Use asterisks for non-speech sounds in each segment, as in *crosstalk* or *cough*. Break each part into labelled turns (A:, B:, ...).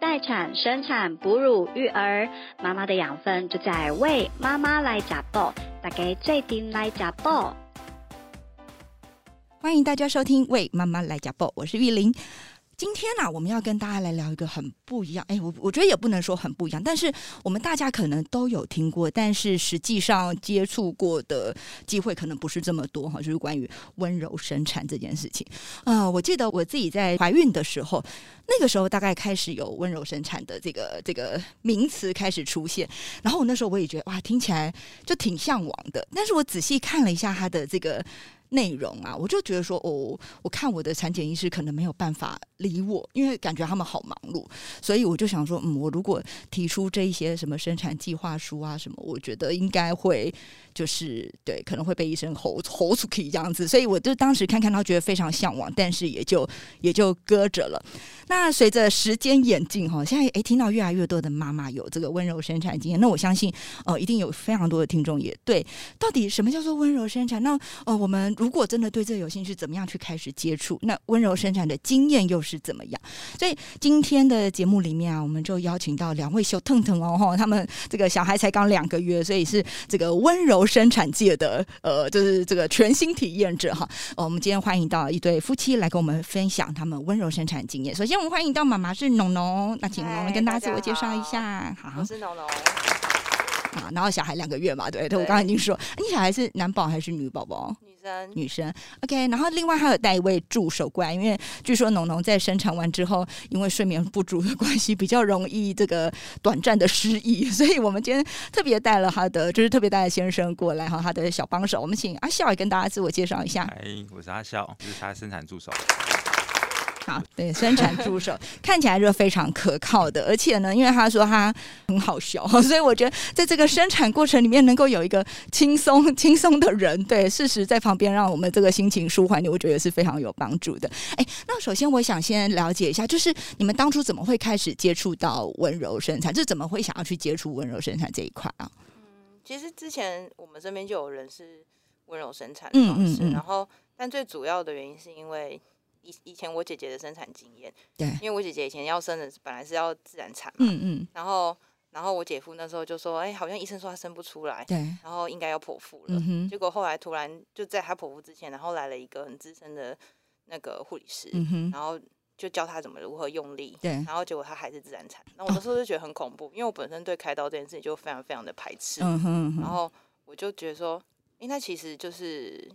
A: 待产、生产、哺乳、育儿，妈妈的养分就在为妈妈来加爆，大家最顶来加爆。
B: 欢迎大家收听《为妈妈来加爆》，我是玉玲。今天呢、我们要跟大家来聊一个很不一样，哎，我我觉得也不能说很不一样，但是我们大家可能都有听过，但是实际上接触过的机会可能不是这么多哈，就是关于温柔生产这件事情。啊，我记得我自己在怀孕的时候，那个时候大概开始有温柔生产的这个这个名词开始出现，然后我那时候我也觉得哇，听起来就挺向往的，但是我仔细看了一下它的这个。内容啊，我就觉得说，哦，我看我的产检医师可能没有办法理我，因为感觉他们好忙碌，所以我就想说，嗯，我如果提出这一些什么生产计划书啊什么，我觉得应该会就是对，可能会被医生吼吼出去这样子，所以我就当时看看到觉得非常向往，但是也就也就搁着了。那随着时间演进哈，现在诶听到越来越多的妈妈有这个温柔生产经验，那我相信呃一定有非常多的听众也对，到底什么叫做温柔生产？那呃我们如果真的对这个有兴趣，怎么样去开始接触？那温柔生产的经验又是怎么样？所以今天的节目里面啊，我们就邀请到两位小腾腾哦吼他们这个小孩才刚两个月，所以是这个温柔生产界的呃，就是这个全新体验者哈。哦我们今天欢迎到一对夫妻来跟我们分享他们温柔生产经验。首先，我们欢迎到妈妈是农农，那请农农
C: 嗨
B: 跟大家
C: 大
B: 自
C: 家
B: 我介绍一下。好
C: 我是农农，
B: 啊，然后小孩两个月嘛，对，对我
C: 对
B: 刚刚已经说，哎你小孩是男宝还是女宝宝？
C: 女生，
B: 女生，OK，然后另外还有带一位助手过来，因为据说农农在生产完之后，因为睡眠不足的关系，比较容易这个短暂的失忆， *laughs* 所以我们今天特别带了他的，就是特别带了先生过来哈，他的小帮手，我们请阿笑也跟大家自我介绍一下。
D: 嗨，我是阿笑，我是他的生产助手。
B: 好，啊对，生产助 *laughs* 手看起来就非常可靠的，而且呢，因为他说他很好笑，所以我觉得在这个生产过程里面能够有一个轻松轻松的人，对，适时在旁边让我们这个心情舒缓点，我觉得也是非常有帮助的。哎，那首先我想先了解一下，就是你们当初怎么会开始接触到温柔生产，就怎么会想要去接触温柔生产这一块啊？
C: 其实之前我们这边就有人是温柔生产
B: 嗯
C: 的方式，
B: 嗯嗯
C: 然后但最主要的原因是因为以以前我姐姐的生产经验，
B: 对
C: 因为我姐姐以前要生的本来是要自然产嘛，
B: 嗯嗯，
C: 然后然后我姐夫那时候就说，哎、好像医生说她生不出来，
B: 对，
C: 然后应该要剖腹了，
B: 嗯哼，
C: 结果后来突然就在她剖腹之前，然后来了一个很资深的那个护理师，
B: 嗯哼，
C: 然后就教她怎么如何用力，
B: 对，
C: 然后结果他还是自然产。那我
B: 哦
C: 那时候就觉得很恐怖，因为我本身对开刀这件事情就非常非常的排斥。
B: 嗯哼，嗯
C: 然
B: 哼
C: 后我就觉得说，诶，那其实就是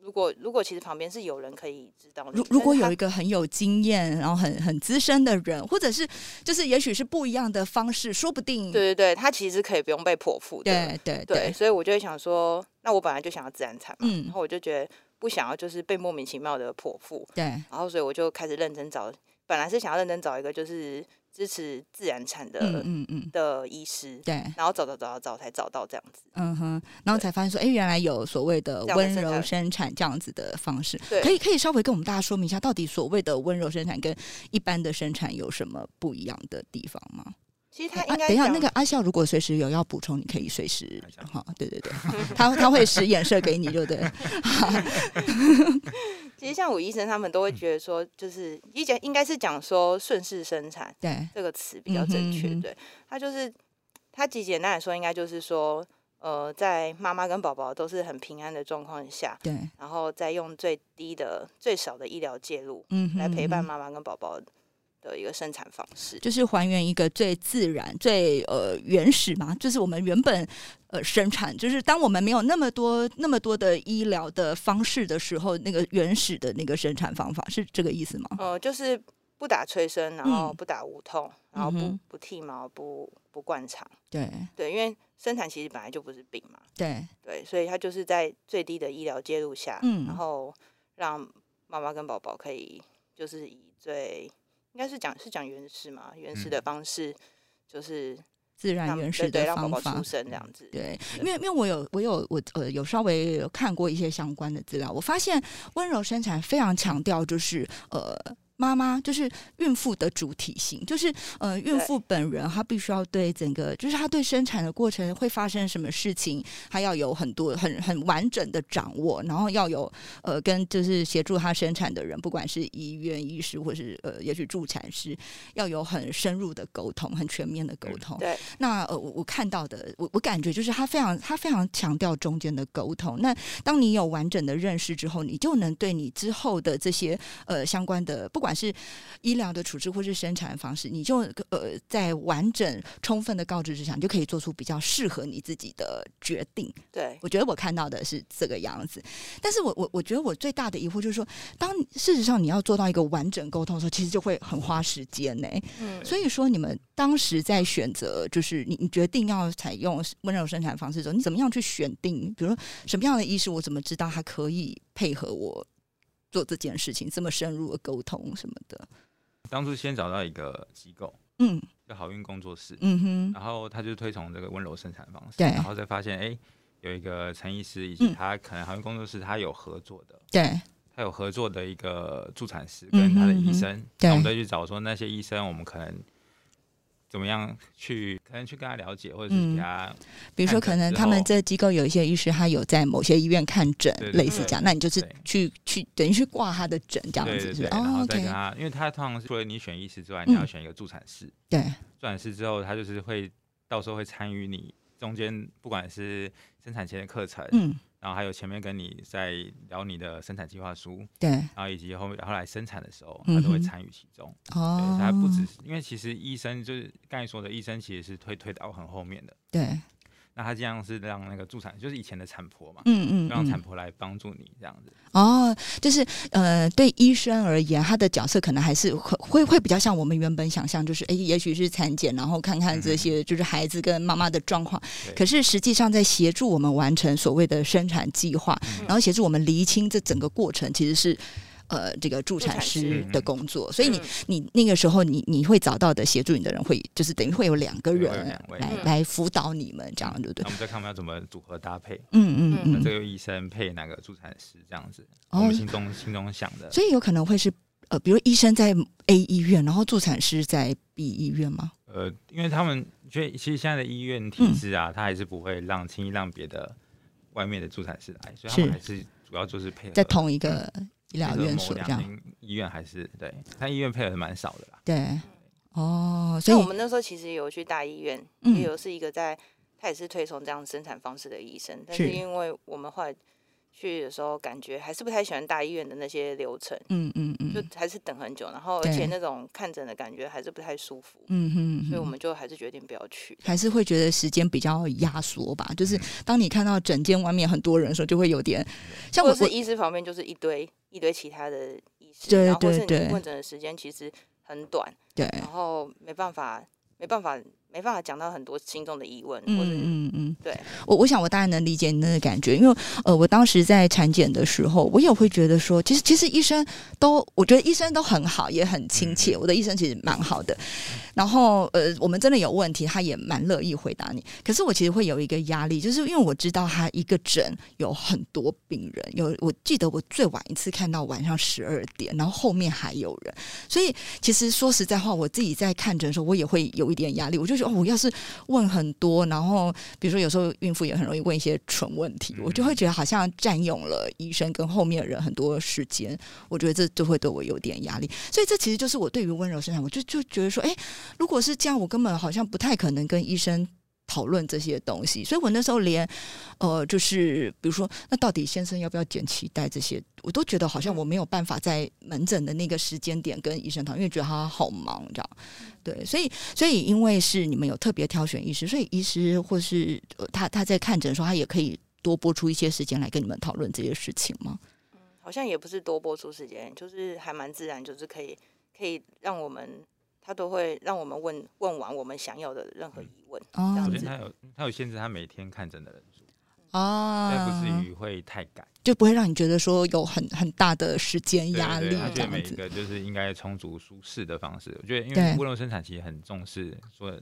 C: 如果如果其实旁边是有人可以知道你，
B: 如如果有一
C: 一
B: 个很有经验，然后很很资深的人，或者是就是也许是不一样的方式，说不定
C: 对对对，他其实可以不用被剖腹的。
B: 对对
C: 对，所以我就会想说，那我本来就想要自然产嘛，
B: 嗯
C: 然后我就觉得不想要就是被莫名其妙的剖腹，
B: 对
C: 然后所以我就开始认真找，本来是想要认真找一个就是支持自然产的、
B: 嗯嗯嗯
C: 的医师，
B: 对，
C: 然后找找找找找才找到这样子。
B: 嗯哼，然后
C: 对
B: 才发现说，哎，原来有所谓的
C: 这样的
B: 温
C: 生
B: 柔
C: 产
B: 生产这样子的方式，
C: 对
B: 可以可以稍微跟我们大家说明一下，到底所谓的温柔生产跟一般的生产有什么不一样的地方吗？
C: 其实他
B: 啊，
C: 应该、
B: 等一下，那个阿笑如果随时有要补充，你可以随时
D: 一下
B: 好，对对对，好他他会使眼色给你，就对，
C: 其实像我医生他们都会
B: 嗯
C: 觉得说，就是一讲应该是讲说顺势生产
B: 对
C: 这个词比较正确，
B: 嗯哼嗯哼
C: 对，他就是他极简单来说，应该就是说，呃，在妈妈跟宝宝都是很平安的状况下，
B: 对，
C: 然后再用最低的、最少的医疗介入
B: 嗯哼，
C: 来陪伴
B: 嗯哼
C: 妈妈跟宝宝的一个生产方式。
B: 就是还原一个最自然、最呃原始嘛，就是我们原本呃生产，就是当我们没有那么多那么多的医疗的方式的时候，那个原始的那个生产方法是这个意思吗？
C: 呃，就是不打催生，然后
B: 嗯
C: 不打无痛，然后
B: 嗯
C: 不
B: 哼
C: 不剃毛，不不灌肠，
B: 对
C: 对，因为生产其实本来就不是病嘛。
B: 对，
C: 对，所以他就是在最低的医疗介入下，
B: 嗯
C: 然后让妈妈跟宝宝可以就是以最应该是讲是讲原始嘛，原始的
D: 嗯
C: 方式就是
B: 自然
C: 让
B: 原
C: 对
B: 始
C: 对
B: 的
C: 让宝
B: 方
C: 宝
B: 法
C: 出。生这样子，
B: 对，
C: 对
B: 因为因为我有我有我呃有稍微看过一些相关的资料，我发现温柔生产非常强调就是呃妈妈就是孕妇的主体性，就是呃，孕妇本人她必须要对整个，就是她对生产的过程会发生什么事情，她要有很多很很完整的掌握，然后要有呃跟就是协助她生产的人，不管是医院医师或是呃也许助产师，要有很深入的沟通，很全面的沟通。
C: 对，
B: 那呃，我我看到的，我我感觉就是他非常他非常强调中间的沟通。那当你有完整的认识之后，你就能对你之后的这些呃相关的，不管是医疗的处置或是生产的方式，你就呃在完整充分的告知之下，你就可以做出比较适合你自己的决定。
C: 对，
B: 我觉得我看到的是这个样子，但是我我我觉得我最大的疑惑就是说，当事实上你要做到一个完整沟通的时候，其实就会很花时间呢、
C: 嗯，
B: 所以说，你们当时在选择，就是你你决定要采用温柔生产方式的时候，你怎么样去选定？比如说什么样的医师，我怎么知道他可以配合我做这件事情？这么深入的沟通什么的？
D: 当初先找到一个机构
B: 嗯
D: 叫好运工作室，
B: 嗯哼，
D: 然后他就推崇这个温柔生产方式，
B: 对
D: 然后再发现哎、有一个陈医师以及
B: 嗯
D: 他可能好运工作室他有合作的，
B: 对
D: 他有合作的一个助产师
B: 嗯哼
D: 跟他的
B: 嗯
D: 医
B: 哼
D: 生，
B: 对
D: 那我们再去找说那些医生，我们可能怎么样去，可能去跟他了解，或者是
B: 嗯
D: 给他，
B: 比如说
D: 看诊
B: 可能
D: 之
B: 他们
D: 后
B: 这机构有一些医师，他有在某些医院看诊，
D: 对对
B: 类似
C: 对
B: 这样，那你就是
D: 对
B: 去去等于去挂他的诊这样
D: 对
B: 子，
D: 对
B: 是
D: 对，
B: 吧？
D: 然
B: 哦
D: 后再
B: ，OK，
D: 跟他，因为他通常是除了你选医师之外，你要
B: 嗯
D: 选一个助产师，
B: 对，
D: 助产师之后他就是会到时候会参与你中间不管是生产前的课程，
B: 嗯，
D: 然后还有前面跟你在聊你的生产计划书，
B: 对，
D: 然后以及后面后来生产的时候，他都会
B: 嗯哼
D: 参与其中。
B: 哦
D: 对，，他不只是因为其实医生就是刚才说的，医生其实是推推到很后面的。
B: 对，
D: 那他这样是让那个助产，就是以前的产婆嘛，
B: 嗯嗯，
D: 让
B: 嗯
D: 产婆来帮助你这样子。
B: 哦，就是呃，对医生而言，他的角色可能还是会会会比较像我们原本想象，就是诶，也许是产检，然后看看这些就是孩子跟妈妈的状况。
D: 对
B: 可是实际上，在协助我们完成所谓的生产计划，
D: 嗯
B: 然后协助我们厘清这整个过程，其实是。呃，这个助
C: 助
B: 产
C: 产
B: 师
D: 师
B: 的工作，所以你
C: 嗯
B: 你那个时候你你会找到的协助你的人会就是等于会有两个
D: 对会有
B: 人
D: 两位
B: 来
C: 嗯
B: 来辅导你们这样对不对
D: 那我？们再看我们要怎么组合搭配，
B: 嗯嗯
D: 那这
B: 嗯，
D: 个医生配哪个助产师这样子，
B: 哦
D: 我们心中心中想的。
B: 所以有可能会是呃，比如医生在 A 医院，然后助产师在 B 医院吗？
D: 呃，因为他们觉得其实现在的医院体制
B: 嗯
D: 啊，他还是不会让轻易让别的外面的助产师来，所以他们还是主要就是配合
B: 在同一个医疗
D: 配合
B: 院
D: 嗯某
B: 所这
D: 两
B: 样？
D: 间医院还是对，但医院配合的蛮少的啦。
B: 对，哦，所
C: 像我
B: 以
C: 们那时候其实有去大医院，
B: 嗯
C: 也有是一个在，他也是推崇这样生产方式的医生，但是
B: 是
C: 因为我们后来去的时候，感觉还是不太喜欢大医院的那些流程，
B: 嗯嗯嗯
C: 就
B: 嗯
C: 还是等很久，然后而
B: 对
C: 且那种看诊的感觉还是不太舒服，
B: 嗯哼，
C: 所以我们就还是决定不要去。
B: 还是会觉得时间比较压缩吧。
D: 嗯
B: 就是当你看到整间外面很多人的时候，就会有点像
C: 或
B: 我
C: 者
B: 我
C: 是医师旁边就是一堆一堆其他的医师，
B: 对
C: 然后或
B: 对
C: 是
B: 对
C: 你问诊的时间其实很短，
B: 对，
C: 然后没办法没办法没办法讲到很多心中的疑问，或者
B: 嗯嗯嗯，
C: 对
B: 我我想我当然能理解你那个感觉，因为呃，我当时在产检的时候，我也会觉得说，其实其实医生都，我觉得医生都很好，也很亲切。我的医生其实蛮好的，然后呃，我们真的有问题，他也蛮乐意回答你。可是我其实会有一个压力，就是因为我知道他一个诊有很多病人，有我记得我最晚一次看到晚上十二点，然后后面还有人，所以其实说实在话，我自己在看诊的时候，我也会有一点压力。我就觉得哦，我要是问很多，然后比如说有时候孕妇也很容易问一些蠢问题，我就会觉得好像占用了医生跟后面的人很多时间，我觉得这就会对我有点压力。所以这其实就是我对于温柔生产，我就就觉得说，哎，如果是这样，我根本好像不太可能跟医生。讨论这些东西，所以我那时候连，呃，就是比如说，那到底先生要不要剪脐带这些，我都觉得好像我没有办法在门诊的那个时间点跟医生讨论，因为觉得他好忙，这样。对，所以所以因为是你们有特别挑选医师，所以医师或是、呃、他他在看诊的时候，他也可以多拨出一些时间来跟你们讨论这些事情吗？
C: 好像也不是多播出时间，就是还蛮自然，就是可以可以让我们，他都会让我们问问完我们想要的任何疑问，
B: 哦
C: 这
D: 首
C: 样
D: 先
C: 子
D: 他有他有限制他每天看诊的人数，但不
B: 啊
D: 至，于会太赶。
B: 就不会让你觉得说有很很大的时间
D: 对
B: 压
D: 对
B: 力
D: 对他
B: 这
D: 觉得每
B: 样
D: 一
B: 子。
D: 个就是应该充足舒适的方式。我觉得因
B: 对
D: 为温柔生产其实很重视说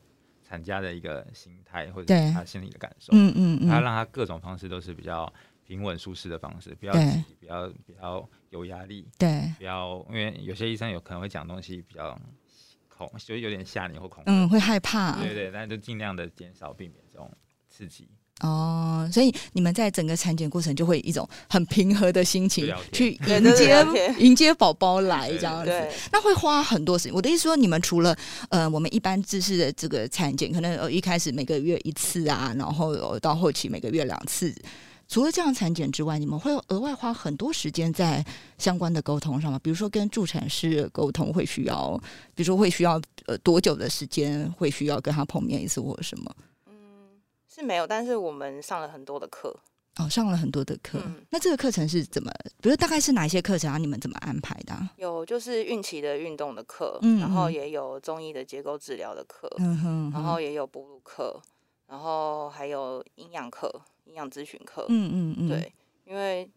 D: 产家的一个心态或者
B: 对
D: 是他心里的感受，
B: 嗯嗯
D: 他
B: 嗯，
D: 让他各种方式都是比较平稳舒适的方式，不要
B: 对
D: 自己不要不要有压力，
B: 对，
D: 不要因为有些医生有可能会讲东西比较恐，就有点吓你或恐吓
B: 嗯，会害怕
D: 对对，但就尽量的减少避免这种刺激。
B: 哦，所以你们在整个产检过程就会有一种很平和的心情
D: 去聊天
B: 去
C: 对
B: 迎
C: 都是聊
B: 接
C: 天
B: 迎接宝宝来这样子。
C: 对，
B: 那会花很多时间。我的意思说，你们除了呃，我们一般知识的这个产检，可能呃一开始每个月一次啊，然后呃到后期每个月两次。除了这样产检之外，你们会额外花很多时间在相关的沟通上吗？比如说跟助产师沟通会需要，比如说会需要呃多久的时间，会需要跟他碰面一次或者什么？
C: 是没有，但是我们上了很多的课，
B: 哦，上了很多的课。
C: 嗯
B: 那这个课程是怎么？比如大概是哪一些课程啊？你们怎么安排的啊、
C: 有就是孕期的运动的课，
B: 嗯
C: 然后
B: 嗯
C: 也有中医的结构治疗的课，
B: 嗯哼
C: 然后也有哺乳课，然后还有营养课、营养咨询课，
B: 嗯嗯嗯，
C: 对，因为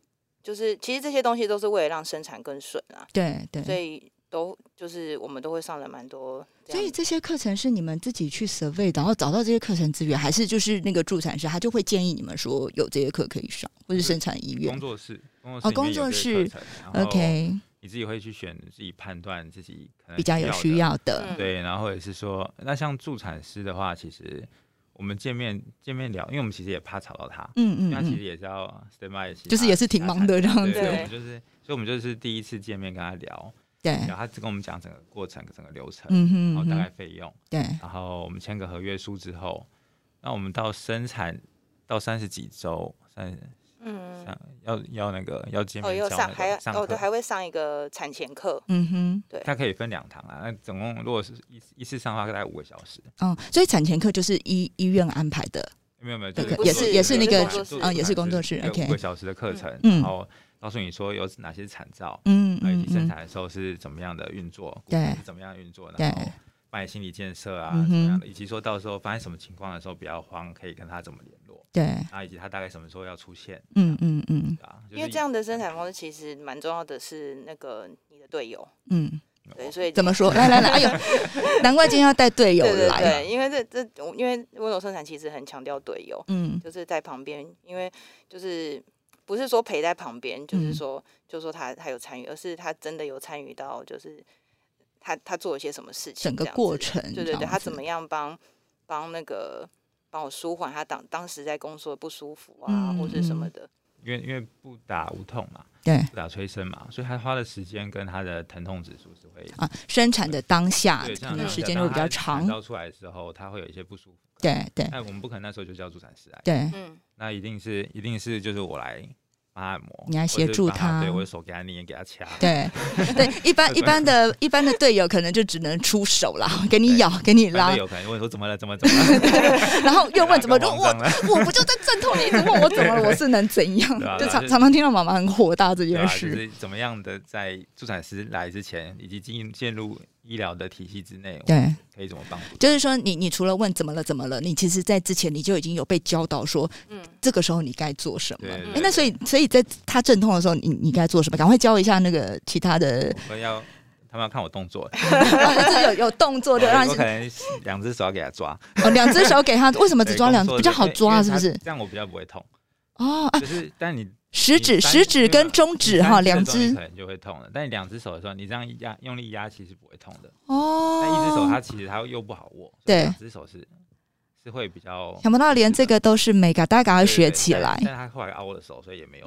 C: 就是其实这些东西都是为了让生产更顺啊，
B: 对对。
C: 所以都就是我们都会上了蛮多这
B: 所
C: 样
B: 以
C: 子，
B: 这些课程是你们自己去 survey，然后找到这些课程资源，还是就是那个助产师他就会建议你们说有这些课可以上，或是生产医
D: 工
B: 院
D: 作室，工
B: 哦
D: 作室里面有
B: 工作
D: 这
B: 室
D: 些课程然后
B: ？OK，
D: 你自己会去选，自己判断自己可能
B: 比较有需
D: 的。
B: 要的，
C: 嗯，
D: 对，然后或者是说，那像助产师的话，其实我们见面见面聊，因为我们其实也怕吵到他，
B: 嗯
D: 因
B: 嗯
D: 为他其实
B: 嗯，
D: 也是要 stand by，其
B: 就是
D: 他
B: 也是
D: 其
B: 挺
D: 他
B: 忙
D: 产
B: 的这样
D: 对，
B: 子
D: 所以我
C: 对
D: 们就是，所以我们就是第一次见面跟他聊，
B: 对，
D: 然后他只跟我们讲整个过程、整个流程，
B: 嗯哼
D: 然后
B: 嗯
D: 哦大概
B: 哼，
D: 费用，
B: 对，
D: 然后我们签个合约书之后，那我们到生产到三十几周，三
C: 嗯，
D: 三要要那个要见
C: 哦，
D: 面
C: 又
D: 教
C: 上
D: 那
C: 还要
D: 个上
C: 哦，对，
D: 课，
C: 还会上一个产前课，
B: 嗯哼，
D: 它可以分两堂啊，那总共如果是一一次上的话，大概五个小时。
B: 哦，所以产前课就是医医院安排的，
D: 没有没有，
B: 对
D: 就是
C: 也是也是那个
B: 啊也是工作室
D: 有
B: OK
D: 五个小时的课程，
B: 嗯
D: 然后告诉你说有哪些产兆，
B: 嗯
D: 然后以
B: 嗯
D: 及生
B: 嗯，
D: 产的时候是怎么样的运作，
B: 对
D: 骨盆是怎么样运作，
B: 对
D: 然后帮你心理建设啊
B: 嗯哼
D: 怎么样的，以及说到时候发生什么情况的时候不要慌，可以跟他怎么联络，
B: 对，
D: 然后以及他大概什么时候要出现，
B: 嗯嗯嗯
D: 对吧？就是
C: 因为这样的生产方式其实蛮重要的是那个你的队
D: 哦
C: 友，
B: 嗯，
C: 对，所以
B: 怎么说？来来来，
C: *laughs*
B: 哎呦，难怪今天要带队友
C: 对对
B: 来，
C: 对，因为这这我因为温柔生产其实很强调队友，
B: 嗯
C: 就是在旁边，因为就是不是说陪在旁边，就是
B: 嗯
C: 说、就说他他有参与，而是他真的有参与到，就是他他做了些什么事情，
B: 整个
C: 这样
B: 过
C: 子
B: 程这
C: 对对
B: 样
C: 对，他
B: 子
C: 怎么样帮帮那个帮我舒缓他当当时在工作的不舒服啊，或是什
B: 嗯
C: 么
B: 嗯
C: 的，
D: 因为因为不打无痛嘛，
B: 对
D: 不打催生嘛，所以他花的时间跟他的疼痛指数是会。
B: 啊，生产的当下
D: 对，这
B: 可
D: 样
B: 能
D: 子
B: 时
D: 的
B: 间
D: 当
B: 会比
D: 他
B: 较
D: 产
B: 长，
D: 兆出来的时候，他会有一些不舒服。
B: 对对
D: 但我们不可能那时候就叫助产师来，
B: 对，
C: 嗯，
D: 那一定是一定是就是我来帮他按摩，
B: 你来协
D: 或者是
B: 助
D: 帮他，
B: 他
D: 对我的手给他捏，给他掐，
B: 对
D: *laughs*
B: 对，一般一般的一般的队友可能就只能出手啦，给你咬，给你
D: 反
B: 拉
D: 正，有可能问说怎么了，怎么怎么
B: *laughs*
D: 了，
B: 然后又问怎么，
D: 弄
B: 我我不就在阵痛，你一直问我怎么了，我是能怎样
D: 对啊？
B: 就
D: 对啊
B: 常
D: 就
B: 常常听到妈妈很火大这
D: 对
B: 件
D: 吧？就
B: 事，
D: 是怎么样的在助产师来之前，以及进进入医疗的体系之内，我
B: 对。
D: 可以怎么帮助？
B: 就是说你，你除了问怎么了怎么了，你其实在之前你就已经有被教导说，
C: 嗯
B: 这个时候你该做什么。
D: 对对
B: 诶
D: 对
B: 哎那所以，所以在他阵痛的时候，你你该做什么？赶快教一下那个其他的，
D: *laughs* 我们要他们要看我动作，
B: 啊就是有有动作的，让
D: 我可能两只手要给他抓，
B: 哦两只手给他，为什么只
D: 对
B: 抓两
D: 工？作
B: 比较
D: 的
B: 好
D: 因为
B: 抓，
D: 因为
B: 是不
D: 他
B: 是？
D: 这样我比较不会痛，
B: 哦啊，
D: 就是但你
B: 食指、食指跟中指哈，两
D: 你三
B: 只
D: 的时候你可能就会痛了，但你两只手的时候，你这样一压用力压，其实不会痛的。
B: 哦。
D: 但一只手它其实它又不好握，所以
B: 对
D: 两只手是是会比较。
B: 想不到连这个都是美感，大家赶快
D: 对
B: 学
D: 对
B: 起
D: 但
B: 来。
D: 但他后来凹我的手，所以也没有。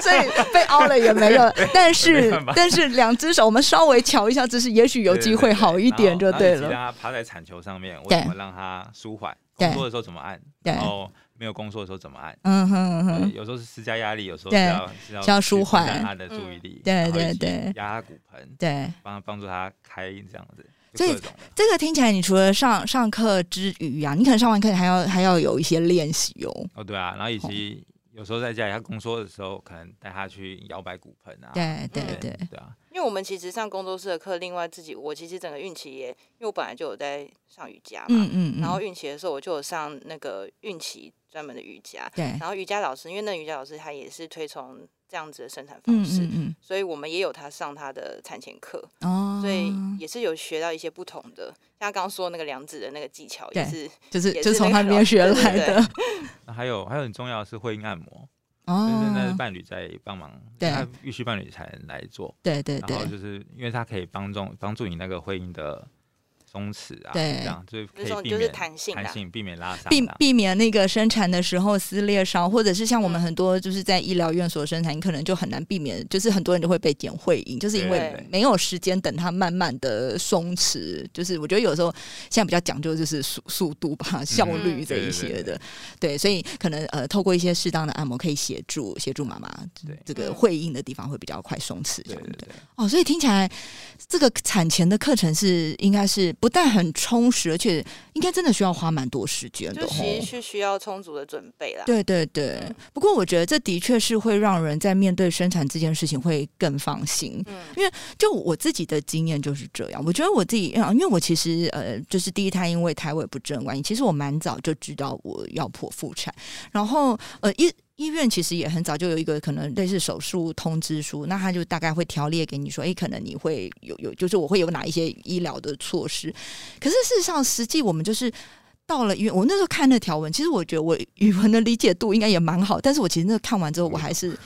B: 所以被凹了也没有， *laughs* 但是
D: 没办法
B: 但是两只手我们稍微瞧一下姿势，也许 *laughs* 有机会好一点就对
D: 然后
B: 了。
D: 然后以及让他趴在产球上面，我
B: 对
D: 怎么让他舒缓？
B: 对
D: 工作的时候怎么按？
B: 对
D: 然后没有工作的时候怎么按？
B: 嗯哼嗯
D: 对
B: 哼，
D: 有时候是施加压力，有时候
B: 对
D: 是要是要
B: 是要
D: 去
B: 舒
D: 分散
B: 缓
D: 他的注意力，
B: 对
D: 然后
B: 对
D: 以及
B: 对
D: 压他骨盆，
B: 对，
D: 帮帮助他开这样子，
B: 所以
D: 就各种的
B: 这个听起来你除了上上课之余啊，你可能上完课还要还要有一些练习哦。
D: 哦对啊，然后以
B: 哦
D: 及有时候在家里他工作的时候，可能带他去摇摆骨盆啊，
B: 对对
D: 对
B: 对，
D: 对啊，
C: 因为我们其实上工作室的课，另外自己我其实整个孕期也，因为我本来就有在上瑜伽嘛，
B: 嗯嗯
C: 然后
B: 嗯，
C: 孕期的时候我就有上那个孕期专门的瑜伽，
B: 对
C: 然后瑜伽老师，因为那瑜伽老师他也是推崇这样子的生产方
B: 嗯
C: 式，
B: 嗯
C: 所以我们也有他上他的产前课，
B: 嗯，哦，
C: 所以也是有学到一些不同的，像刚刚说那个量子的那个技巧也
B: 对
C: 是
B: 就是
C: 也
B: 就是从
C: 那
B: 他
C: 个
B: 那边学
C: 对对
B: 来的
D: 那还有还有很重要的是会阴按摩，就是那是
B: 哦，
D: 伴侣在帮忙，
B: 对
D: 他必须伴侣才能来做。
B: 对对
D: 然后
B: 对
D: 就是因为它可以帮助帮助你那个会阴的松弛啊，
B: 对
D: 这样就是可
C: 那种
D: 以避
C: 就是
D: 免
C: 弹性啊
D: 弹
C: 啦，
D: 性，避免拉伤
B: 避
D: 啊。
B: 避免那个生产的时候撕裂伤，或者是像我们
C: 嗯
B: 很多就是在医疗院所生产，你可能就很难避免，就是很多人就会被剪会阴，就是因为
C: 对
B: 没有时间等它慢慢的松弛。就是我觉得有时候现在比较讲究就是速速度吧、效率这一些的，对，所以可能呃透过一些适当的按摩可以协助协助妈妈
D: 对
B: 这个会阴的地方会比较快松弛这
D: 对
B: 样
D: 对
B: 的。
D: 对，
B: 哦，所以听起来这个产前的课程是应该是不但很充实，而且应该真的需要花蛮多时间的
C: 就嗯
B: 哦。
C: 其实是需要充足的准备啦。
B: 对对对，不过我觉得这的确是会让人在面对生产这件事情会更放心。
C: 嗯，
B: 就我自己的经验就是这样，我觉得我自己，啊因为我其实呃，就是第一胎因为胎位不正的关系，其实我蛮早就知道我要剖腹产，然后呃医医院其实也很早就有一个可能类似手术通知书，那他就大概会条列给你说，诶，哎可能你会有有，就是我会有哎哪一些医疗的措施，可是事实上实际我们就是。到了医院，我那时候看那条文，其实我觉得我语文的理解度应该也蛮好，但是我其实那看完之后，我还是，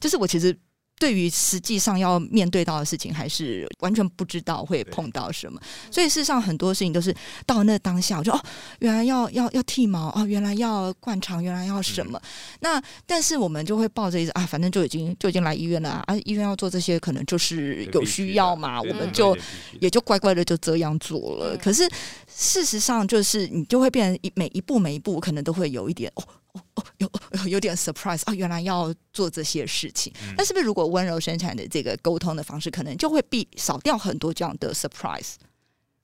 B: 就是我其实对于实际上要面对到的事情，还是完全不知道会碰到什么。所以事实上，很多事情都是到那当下，我就哦，原来要要要剃毛哦，原来要灌肠，原来要什
D: 嗯
B: 么。那但是我们就会抱着一种啊，反正就已经就已经来医院了啊，啊医院要做这些，可能就是
D: 对
B: 有
D: 必须
B: 需
D: 的
B: 要嘛，
D: 对
B: 我
D: 对
B: 们
D: 对
B: 就
D: 对必须
B: 也就乖乖的就这样做了。
C: 嗯
B: 可是事实上，就是你就会变成一每一步每一步，可能都会有一点哦哦哦，有有有点 surprise 啊，原来要做这些事情。
D: 嗯
B: 那是不是如果温柔生产的这个沟通的方式，可能就会避少掉很多这样的 surprise？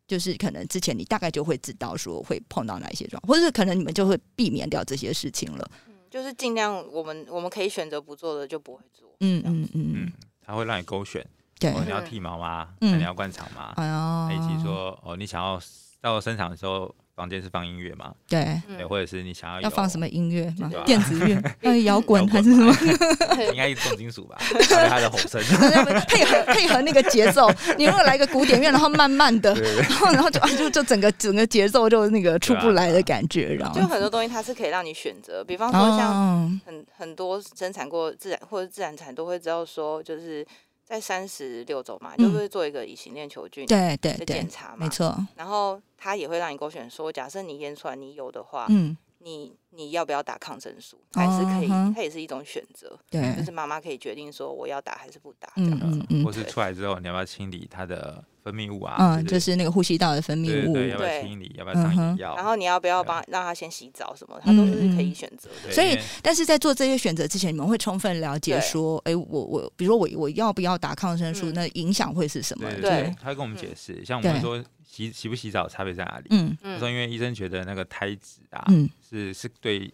B: 就是可能之前你大概就会知道说会碰到哪一些状况，或者是可能你们就会避免掉这些事情了。
C: 就是尽量我们我们可以选择不做的就不会做。
B: 嗯
C: 这样
B: 嗯嗯
D: 嗯，，它会让你勾选，
B: 对，
D: 哦，你要
C: 嗯
D: 剃毛吗？
B: 嗯
D: 那你要灌肠吗？
B: 哎呀
D: 那以及说，哦，你想要到生产的时候，房间是放音乐吗？
B: 对，
D: 对，
C: 嗯，
D: 或者是你想要
B: 要放
D: 有
B: 什么音乐吗
D: *laughs* 对？啊
B: 电子乐、呃摇滚
D: 摇
B: 还是什么？
D: 吧？应该是重
C: *laughs*
D: 金属吧，搭配它的吼声。 *laughs*
B: 配合配合那个节奏，你如果来一个古典乐，然后慢慢的，然后然后就啊就就整个整个节奏就那个出不来的感觉，然后
C: *laughs* 就很多东西它是可以让你选择，比方说像
B: 哦，
C: 很很多生产过自然或者自然产都会知道说，就是在三十六周嘛，就
B: 嗯
C: 会做一个乙型链球菌的
B: 对对对
C: 检，
D: 哦
C: 查嘛，
B: 没错，
C: 然后它也会让你勾选说，假设你验出来你有的话，
B: 嗯，
C: 你你要不要打抗生素，它也是可以，
B: 嗯哼
C: 它也是一种选择，
B: 对，
C: 就是妈妈可以决定说我要打还是不打这样
B: 嗯
C: 子。
B: 嗯嗯
D: 啊或是出来之后，你要不要清理它的分泌物啊？
B: 嗯，
D: 就
B: 就是是那个呼吸道的分泌
D: 对对
B: 物，
D: 对，要不要
C: 对
D: 清理？要不要
B: 嗯
D: 上
B: 哼
D: 眼药？
C: 然后你要不要
D: 对
C: 帮让他先洗澡什么，他
B: 嗯
C: 都是可以选择的。
D: 对
B: 所以
D: 因为
B: 但是在做这些选择之前，你们会充分了解说，哎，我我比如说我我要不要打抗生素，
C: 嗯
B: 那影响会是什么
D: 对？
C: 对
B: 就
D: 对，他会跟我们解释，像我
B: 对
D: 们说洗洗不洗澡差别在哪里？
B: 嗯
D: 他
C: 嗯
D: 说因为医生觉得那个胎脂啊，
B: 嗯，
D: 是是对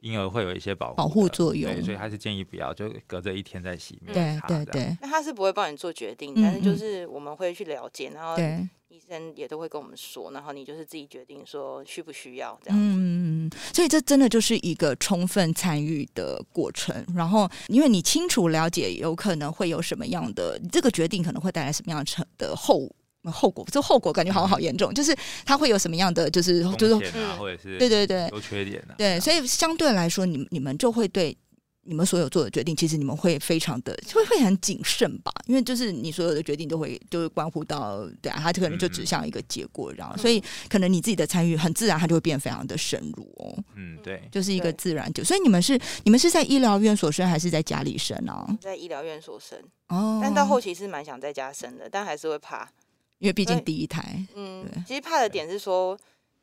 D: 婴儿会有一些保护
B: 保护
D: 的
B: 作用
D: 对，所以他是建议不要，就隔着一天再洗，没有
B: 对
D: 差
B: 对
D: 这样。
B: 对
C: 那他是不会帮你做决定，
B: 嗯
C: 但是就是我们会去了解，然后
B: 对。
C: 医生也都会跟我们说，然后你就是自己决定说需不需要这样子。
B: 嗯，所以这真的就是一个充分参与的过程。然后，因为你清楚了解有可能会有什么样的这个决定，可能会带来什么样的成的后后果。这后果感觉好像好严重，就是它会有什么样的，就是就是
D: 风险啊，
C: 嗯
D: 或者是
B: 对对对
D: 优缺点啊，
B: 对，所
D: 以
B: 以相对来说，你们你们就会对。你们所有做的决定，其实你们会非常的会会很谨慎吧，因为就是你所有的决定都会就是关乎到对啊，它可能就
C: 嗯
B: 指向一个结果，然后所以可能你自己的参与很自然，它就会变得非常的深入哦。
D: 嗯对，
B: 就是一个
C: 对
B: 自然就，所以你们是你们是在医疗院所生还是在家里生啊？
C: 在医疗院所生，
B: 哦，
C: 但到后期是蛮想在家生的，但还是会怕。
B: 因为毕竟
C: 对
B: 第一胎，
C: 嗯
B: 对，
C: 其实怕的点是说，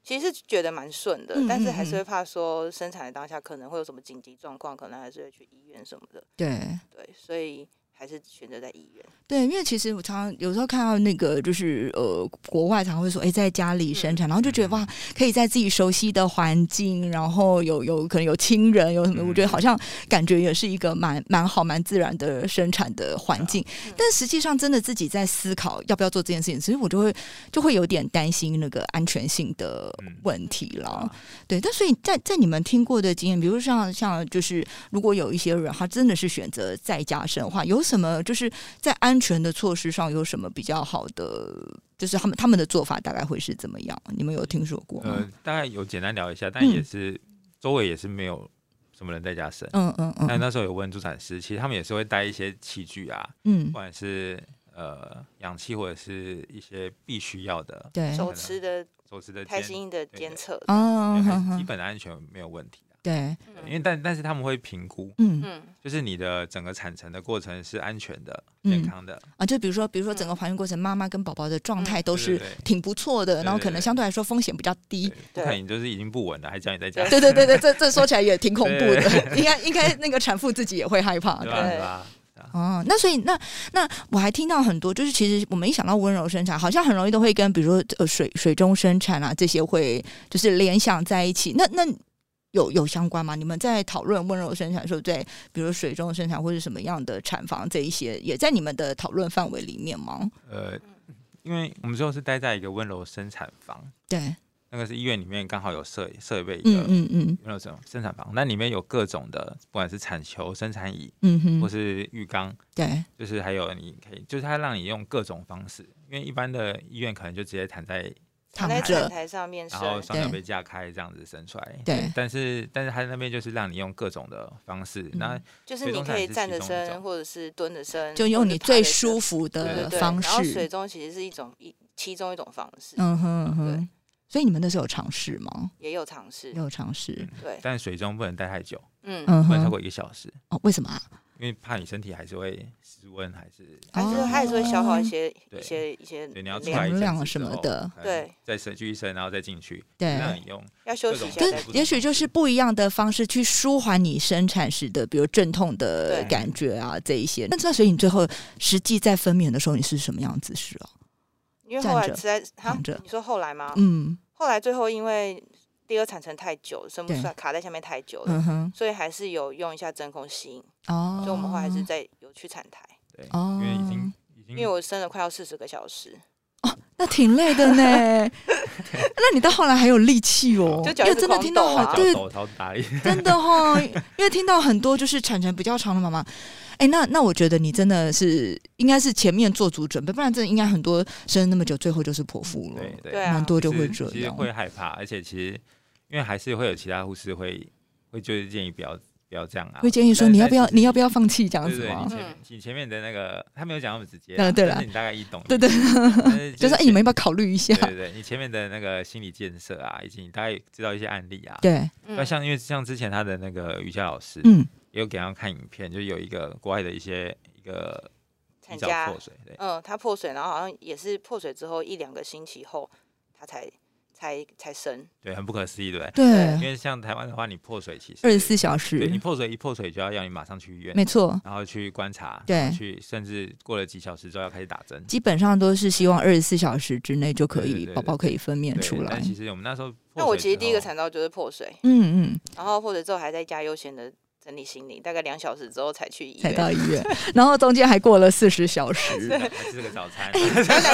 C: 其实是觉得蛮顺的
B: 嗯，
C: 但是
B: 嗯
C: 还是
B: 嗯
C: 会怕说生产的当下可能会有什么紧急状况，可能还是会去医院什么的。
B: 对，
C: 对，所以还是选择在医院。
B: 对，因为其实我常常有时候看到那个，就是呃，国外常会说，哎、在家里生产，然后就
D: 嗯
B: 觉得哇，可以在自己熟悉的环境，然后有有可能有亲人，有什么，
D: 嗯
B: 我觉得好像感觉也是一个蛮蛮好、蛮自然的生产的环境。
D: 啊嗯
B: 但实际上，真的自己在思考要不要做这件事情，其实我就会就会有点担心那个安全性的
D: 嗯
B: 问题了。
D: 啊
B: 对，但所以在在你们听过的经验，比如像像就是，如果有一些人他真的是选择在家生的话，有什么就是在安全的措施上有什么比较好的，就是他们他们的做法大概会是怎么样？你们有听说过
D: 呃
B: 吗？，
D: 大概有简单聊一下，但
B: 嗯
D: 也是、周围也是没有什么人在家生。
B: 嗯嗯
D: 但
B: 嗯
D: 呃哎那时候有问助产师，其实他们也是会带一些器具啊，不
B: 嗯，
D: 管是呃氧气或者是一些必须要的
B: 对，
C: 手持的
D: 手持的
C: 胎
D: 监
C: 心音的
D: 对
C: 监测，
B: 啊，
D: 对
B: 哼
D: 还基
B: 哼
D: 本的安全没有问题啊、
B: 对，
C: 嗯
D: 因为但但是他们会评估，
B: 嗯
C: 嗯，
D: 就是你的整个产程的过程是安全的、
B: 嗯
D: 健康的，
B: 啊，就比如说比如说整个怀孕过程，妈妈跟宝宝的状态都
D: 对对
B: 是
D: 对
B: 挺不错的，然后
D: 对对
B: 可能
D: 对
B: 相对来说风险比较低
D: 对。，不可能就是已经不稳了，还叫你在家
B: 对对对对，这这说起来也挺恐怖
D: 对对
B: *laughs* 的，应该应该那个产妇自己也会害怕
D: 对
B: 的。
D: 吧？
C: 对
D: 对吧？
B: 哦，那所以那那我还听到很多，就是其实我们一想到温柔生产，好像很容易都会跟比如说呃水水中生产啊这些会就是联想在一起。那那有有相关吗？你们在讨论温柔生产的时候，在比如水中生产或者什么样的产房这一些，也在你们的讨论范围里面吗？
D: 呃，因为我们最后是待在一个温柔生产房，
B: 对，
D: 那个是医院里面刚好有设设备一个
B: 嗯嗯嗯
D: 温柔生生产房，那里面有各种的，不管是产球、生产椅
B: 嗯
D: 或
B: 哼，
D: 是浴缸，
B: 对，
D: 就是还有你可以，就是它让你用各种方式，因为一般的医院可能就直接躺在，
B: 躺
C: 在
B: 着
C: 展台上面
D: 然后
C: 生，
D: 双脚
B: 对
D: 被架开这样子伸出来。
B: 对
D: 但是但是它那边就是让你用各种的方式，
B: 嗯
D: 那
C: 就是你
D: 水中
C: 可以
D: 产是
C: 站
D: 其
C: 着
D: 中一
C: 生，
D: 种
C: 或者是蹲着生，
B: 就用你最舒
C: 服
B: 服
D: 对
B: 的
D: 对
C: 对。
B: 方
C: 然后水
B: 式，
C: 中其实是一种一其中一种方式，
B: 嗯哼嗯
C: 对
B: 哼。所以你们那时候有尝试吗？
C: 也有尝试
B: 也，有尝试，
C: 对，
D: 但水中不能待太久，
C: 嗯，
B: 嗯
D: 不能超
B: 哼。
D: 过一个小时，
B: 哦，为什么啊？
D: 因为怕你身体还是会失温，还是
C: 还是
B: 哦
C: 它还是会消耗一些
D: 对
C: 一些一些
D: 对你要
C: 能
D: 出来
C: 量，
D: 一
B: 能
D: 阵
B: 量
D: 子
B: 什
D: 之
B: 么
D: 后
B: 的，
D: 可能
C: 对
D: 再深继续生，然后再进去，
B: 对
D: 让你用
C: 要休息一下
D: 各
B: 就是
D: 种
C: 再
D: 不同
B: 也许就是不一样的方式去舒缓你生产时的，比如阵痛的
C: 对
B: 感觉啊，这一些。那那所以你最后实际在分娩的时候，你是什么样姿势哦？
C: 因为后来
B: 站着
C: 实在哈
B: 躺着，
C: 你说后来吗？
B: 嗯
C: 后来最后因为第二产程太久，生不
B: 对
C: 出来，卡在下面太久了，
B: 嗯哼，
C: 所以还是有用一下真空吸引，
B: 哦，
C: 所以我们后来还是在有去产台，
D: 对，
B: 哦
D: 因为已经已
C: 因
D: 经
C: 为我生了快要四十个小时，
B: 哦那挺累
C: *laughs*
B: 的呢。那你到后来还有力气哦，
C: 就
B: 因
C: 脚
B: 为
C: 一直
B: 真的
C: 狂
B: 听到
C: 抖
B: 好
C: 啊
B: 对
D: 脚抖超大力，
B: 真的哦，因为听到很多就是产程比较长的妈妈，哎，那那我觉得你真的是应该是前面做足准备，不然真的应该很多生那么久，最后就是剖腹了
D: 对，对
C: 对啊
B: 蛮多就
D: 就是
B: 会这
D: 其实
B: 样。
D: 会害怕，而且其实因为还是会有其他护士会会就是建议不要不要这样啊，
B: 会建议说
D: 但是
B: 你要不要
D: 但是
B: 你要不要放弃这样
D: 对
B: 子
D: 对，
B: 吗
D: 你？前你前面的那个他没有讲那么直接
B: 啊
D: 啦，
B: 对
D: 但
B: 啦
D: 是你大概一懂，
B: 对对，
D: 但是
B: *laughs* 就是说哎，你们要
D: 前
B: 不要考虑一下
D: 对？对对，你前面的那个心理建设啊，以及你大概知道一些案例啊，
B: 对，
D: 那
C: 嗯，
D: 像因为像之前他的那个瑜伽老师
B: 嗯，
D: 也有给他看影片，就有一个国外的一些一个
C: 产
D: 脚
C: 家
D: 破水，对，
C: 嗯，他破水，然后好像也是破水之后一两个星期后，他才才才生，
D: 对，很不可思议，对不对？因
B: 对，
D: 为像台湾的话，你破水其实
B: 二十四小
D: 对你
B: 时，
D: 破水一破水就要要你马上去医院，
B: 没错，
D: 然后去观察，
B: 对
D: 然后去甚至过了几小时之后要开始打针。
B: 基本上都是希望二十四小时之内就可
D: 对对
B: 以
D: 对
B: 宝宝可以分娩
D: 对
B: 出来
D: 但。其实我们那时候
C: *laughs* 那
D: 破
C: 我
D: 水
C: 其实
D: 之
C: 第一个
D: 后 *laughs*
C: 产道就是破水，
B: 嗯嗯，
C: 然后破水之后还在家悠闲的整理行李，大概两小时之后才去医
B: 才
C: 院，
B: 到医院，然后中间还过了四十小时。
D: 还还吃个早
C: *laughs* 哎
D: 餐，
C: *laughs*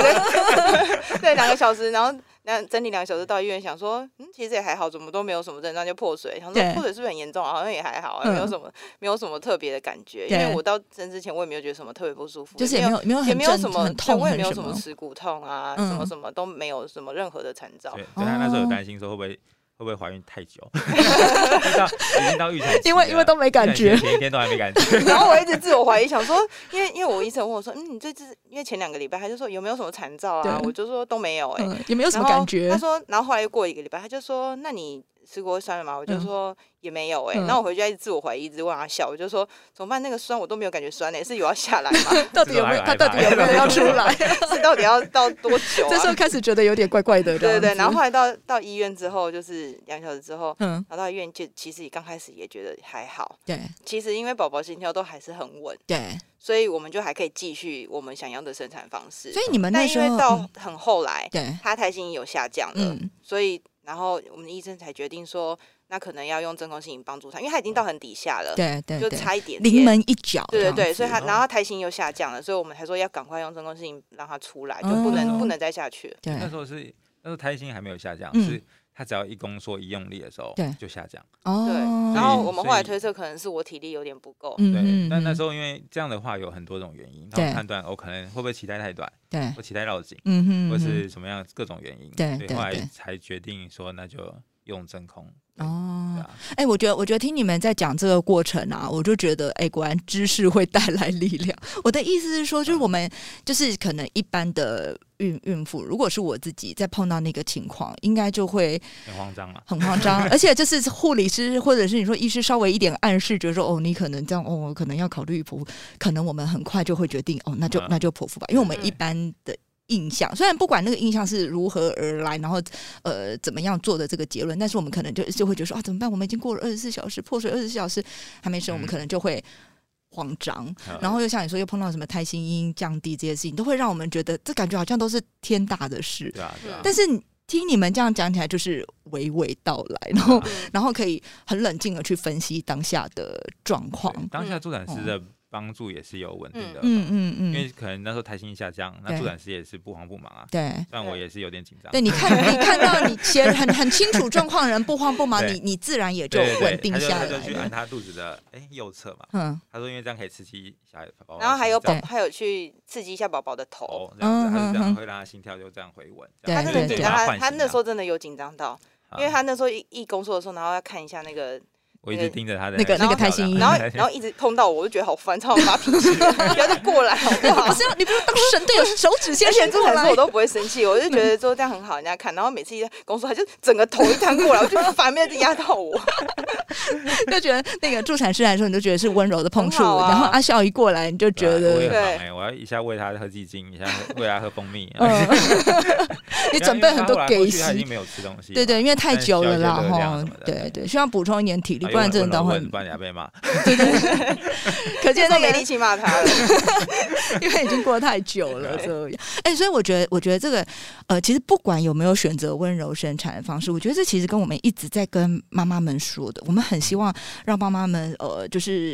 C: 对，两个小时，然后那整理两个小时到医院，想说，嗯，其实也还好，怎么都没有什么症状，就破水，想
B: 对
C: 说破水是不是很严重啊？好像也还好，
B: 嗯
C: 没有什么，没有什么特别的感觉，因
B: 对
C: 为我到生之前我也没有觉得什么特别不舒服，
B: 就是也
C: 也
B: 没。有没有
C: 也
B: 很
C: 没有
B: 正
C: 什么，
B: 很
C: 对
B: 痛
C: 我也
B: 很
C: 没有
B: 什
C: 什
B: 么
C: 么，耻骨痛啊，
B: 嗯
C: 什么什么都没有，什么任何的惨兆
D: 对，。所以他那时候有担心说会不会会不会怀孕太久， *laughs* 就到已经到预产期了，
B: 因为因为都没感
D: 预
B: 觉
D: 产期，前一天都还没感觉，
C: *laughs* 然后我一直自我怀疑，想说，因为因为我医生问我说，嗯，你这次因为前两个礼拜他就说有没有什么惨兆啊？
B: 对
C: 我就说都没有哎、
B: 嗯，也没有什
C: 然
B: 么
C: 后
B: 感觉
C: 他。说，然后后来又过一个礼拜，他就说：“那你吃过酸的吗？我就
B: 嗯
C: 说也没有哎、
B: 嗯
C: 那我回去还是自我怀疑，一直问他笑，我就说怎么办？那个酸我都没有感觉酸哎、是有要下来吗？ *laughs*
B: 到底有没有？他到底有没有要出来？
C: 是到底要到多久、
B: *laughs*
C: 啊？
B: 这时候开始觉得有点怪怪的。这
C: 对
B: 样
C: 对
B: 子
C: 对，然后后来到到医院之后，就是两小时之后，
B: 嗯，
C: 然后到医院就其实刚开始也觉得还好，
B: 对
C: 其实因为宝宝心跳都还是很稳，
B: 对，
C: 所以我们就还可以继续我们想要的生产方式。
B: 所以你们那
C: 但因
B: 时
C: 为
B: 候
C: 到
B: 嗯
C: 很后来，
B: 对，
C: 他胎心有下降了，
B: 嗯
C: 所以然后我们的医生才决定说，那可能要用真空吸引帮助他，因为他已经到很底下了，
B: 对对
C: 就
B: 对，
C: 差一点点
B: 临。门一脚这
C: 对对
B: 样子。
C: 对，所以他
D: 哦
C: 然后胎心又下降了，所以我们才说要赶快用真空吸引让他出来，就不
B: 哦
C: 能不能再下去了。
D: 那
B: *laughs* 对
D: 时候是那时候胎心还没有下降，
B: 嗯
D: 是它只要一宫缩一用力的时候
B: 对
D: 就下降。
B: 哦
C: 对，然后我们后来
D: 所以
C: 推测可能是我体力有点不够，
B: 嗯
D: 对，但那时
B: 候
D: 候因为这样的话有很多种原因，
B: 对
D: 然后判断我、哦可能会不会脐带太短，
B: 对，
D: 或脐带绕颈，
B: 嗯哼，
D: 或是什么样各种原因，
B: 对
D: 所以
B: 对
D: 后来
B: 对
D: 才决定说那就用真空。对，对
B: 哦，
D: 啊，
B: 哎、我觉得，我觉得听你们在讲这个过程啊，我就觉得，哎、果然知识会带来力量。我的意思是说，就是我们就是可能一般的孕孕妇，如果是我自己在碰到那个情况，应该就会
D: 很慌张啊嘛。
B: 很慌
D: *laughs*
B: 张，而且就是护理师或者是你说医师稍微一点暗示，觉得说哦，你可能这样哦，我可能要考虑剖腹，可能我们很快就会决定哦，那就
D: 嗯
B: 那就剖腹吧，因为我们一般的。印象虽然不管那个印象是如何而来，然后呃怎么样做的这个结论，但是我们可能就就会觉得说啊怎么办？我们已经过了二十四小时，破水二十四小时还没生，我们
D: 嗯
B: 可能就会慌张。
D: 嗯
B: 然后又像你说，又碰到什么胎心音降低这些事情，都会让我们觉得这感觉好像都是天大的事。
D: *laughs* 对啊，对啊
C: 嗯。
B: 但是你听你们这样讲起来，就是娓娓道来，然后
D: 对啊
C: 嗯
B: 然后可以很冷静的去分析当下的状况。
D: 对当下助产师的帮助也是有稳定的，
B: 哦嗯嗯
D: 因为
B: 嗯，
D: 可能那时候胎心下降，那
B: 对
D: 助产师也是不慌不忙啊。
B: 对。
D: 但我也是有点紧张，
B: 对，你
D: *laughs*
B: 看，你看到你其实很很清楚状况的人不慌不忙，
D: 对
B: 你你自然也就
D: 对对对
B: 稳定
D: 他就
B: 下
D: 他
B: 来
D: 就去按
B: 了。
D: 他肚子的哎右侧嘛，
B: 嗯，
D: 他说因为这样可以刺激小孩宝宝的心脏，
C: 然后还有宝
B: 对，
C: 还有去刺激一下宝宝的头。
D: 头这样子，他
B: 嗯
D: 是这
B: 嗯嗯
D: 样会让他心跳就这样回稳。这
B: 对
C: 他
D: 样
C: 真
D: 就
C: 的
D: 是
B: 对
C: 很紧
D: 对
C: 张，
D: 把
C: 他
D: 唤
C: 他
D: 醒
C: 那
D: 啊
C: 时候真的有紧张到，因为
D: 啊
C: 他那时候一一宫缩的时候，然后要看一下那个，
D: 我一直盯着他的
B: 那个
C: 那个
B: 胎心音
D: 音，
C: 然后
D: *laughs*
C: 然后一直碰到我，我就觉得好烦躁，我发脾气，不要再过来好不好
B: 不？是要你不是当神队友，手指
C: 而
B: 先
C: 且
D: 哎
B: 伸
C: 助
B: 过
C: 产
B: 来
C: 师我。都不会生气，我就觉得说这样很好，人家看。然后每次一宫缩，他就整个头一探过来，我就很烦，没有压
B: *laughs*
C: 到我。
B: 就觉得那个助产师来说，你就觉得是温柔的碰触，
C: 很好啊
B: 然后阿笑一过来，你就觉
D: 对啊我也
B: 得
D: 很忙哎，我要一下喂他喝鸡精，一下喝喂他喝蜂蜜，
B: *laughs* 嗯， *laughs* 你准备很多给
D: 他已
B: 息
D: 经，没有吃东西了，
B: 对对，因为太
D: 但是
B: 久
D: 需要
B: 了
D: 一些
B: 啦
D: 热量
B: 哈
D: 什么，的
B: 对对，需要补充一点体力，
D: 啊，
B: 不然真的
D: 的
B: 到会
D: 不然你要被骂。
B: 可见
C: 都 *laughs*
B: 那
C: 没
B: 个
C: 力气骂他了。
B: *laughs* 因为已经过太久
D: *laughs*
B: 了，这样。哎、所以我觉得，我觉得这个呃，其实不管有没有选择温柔生产的方式，我觉得这其实跟我们一直在跟妈妈们说的，我们很希望让妈妈们呃，就是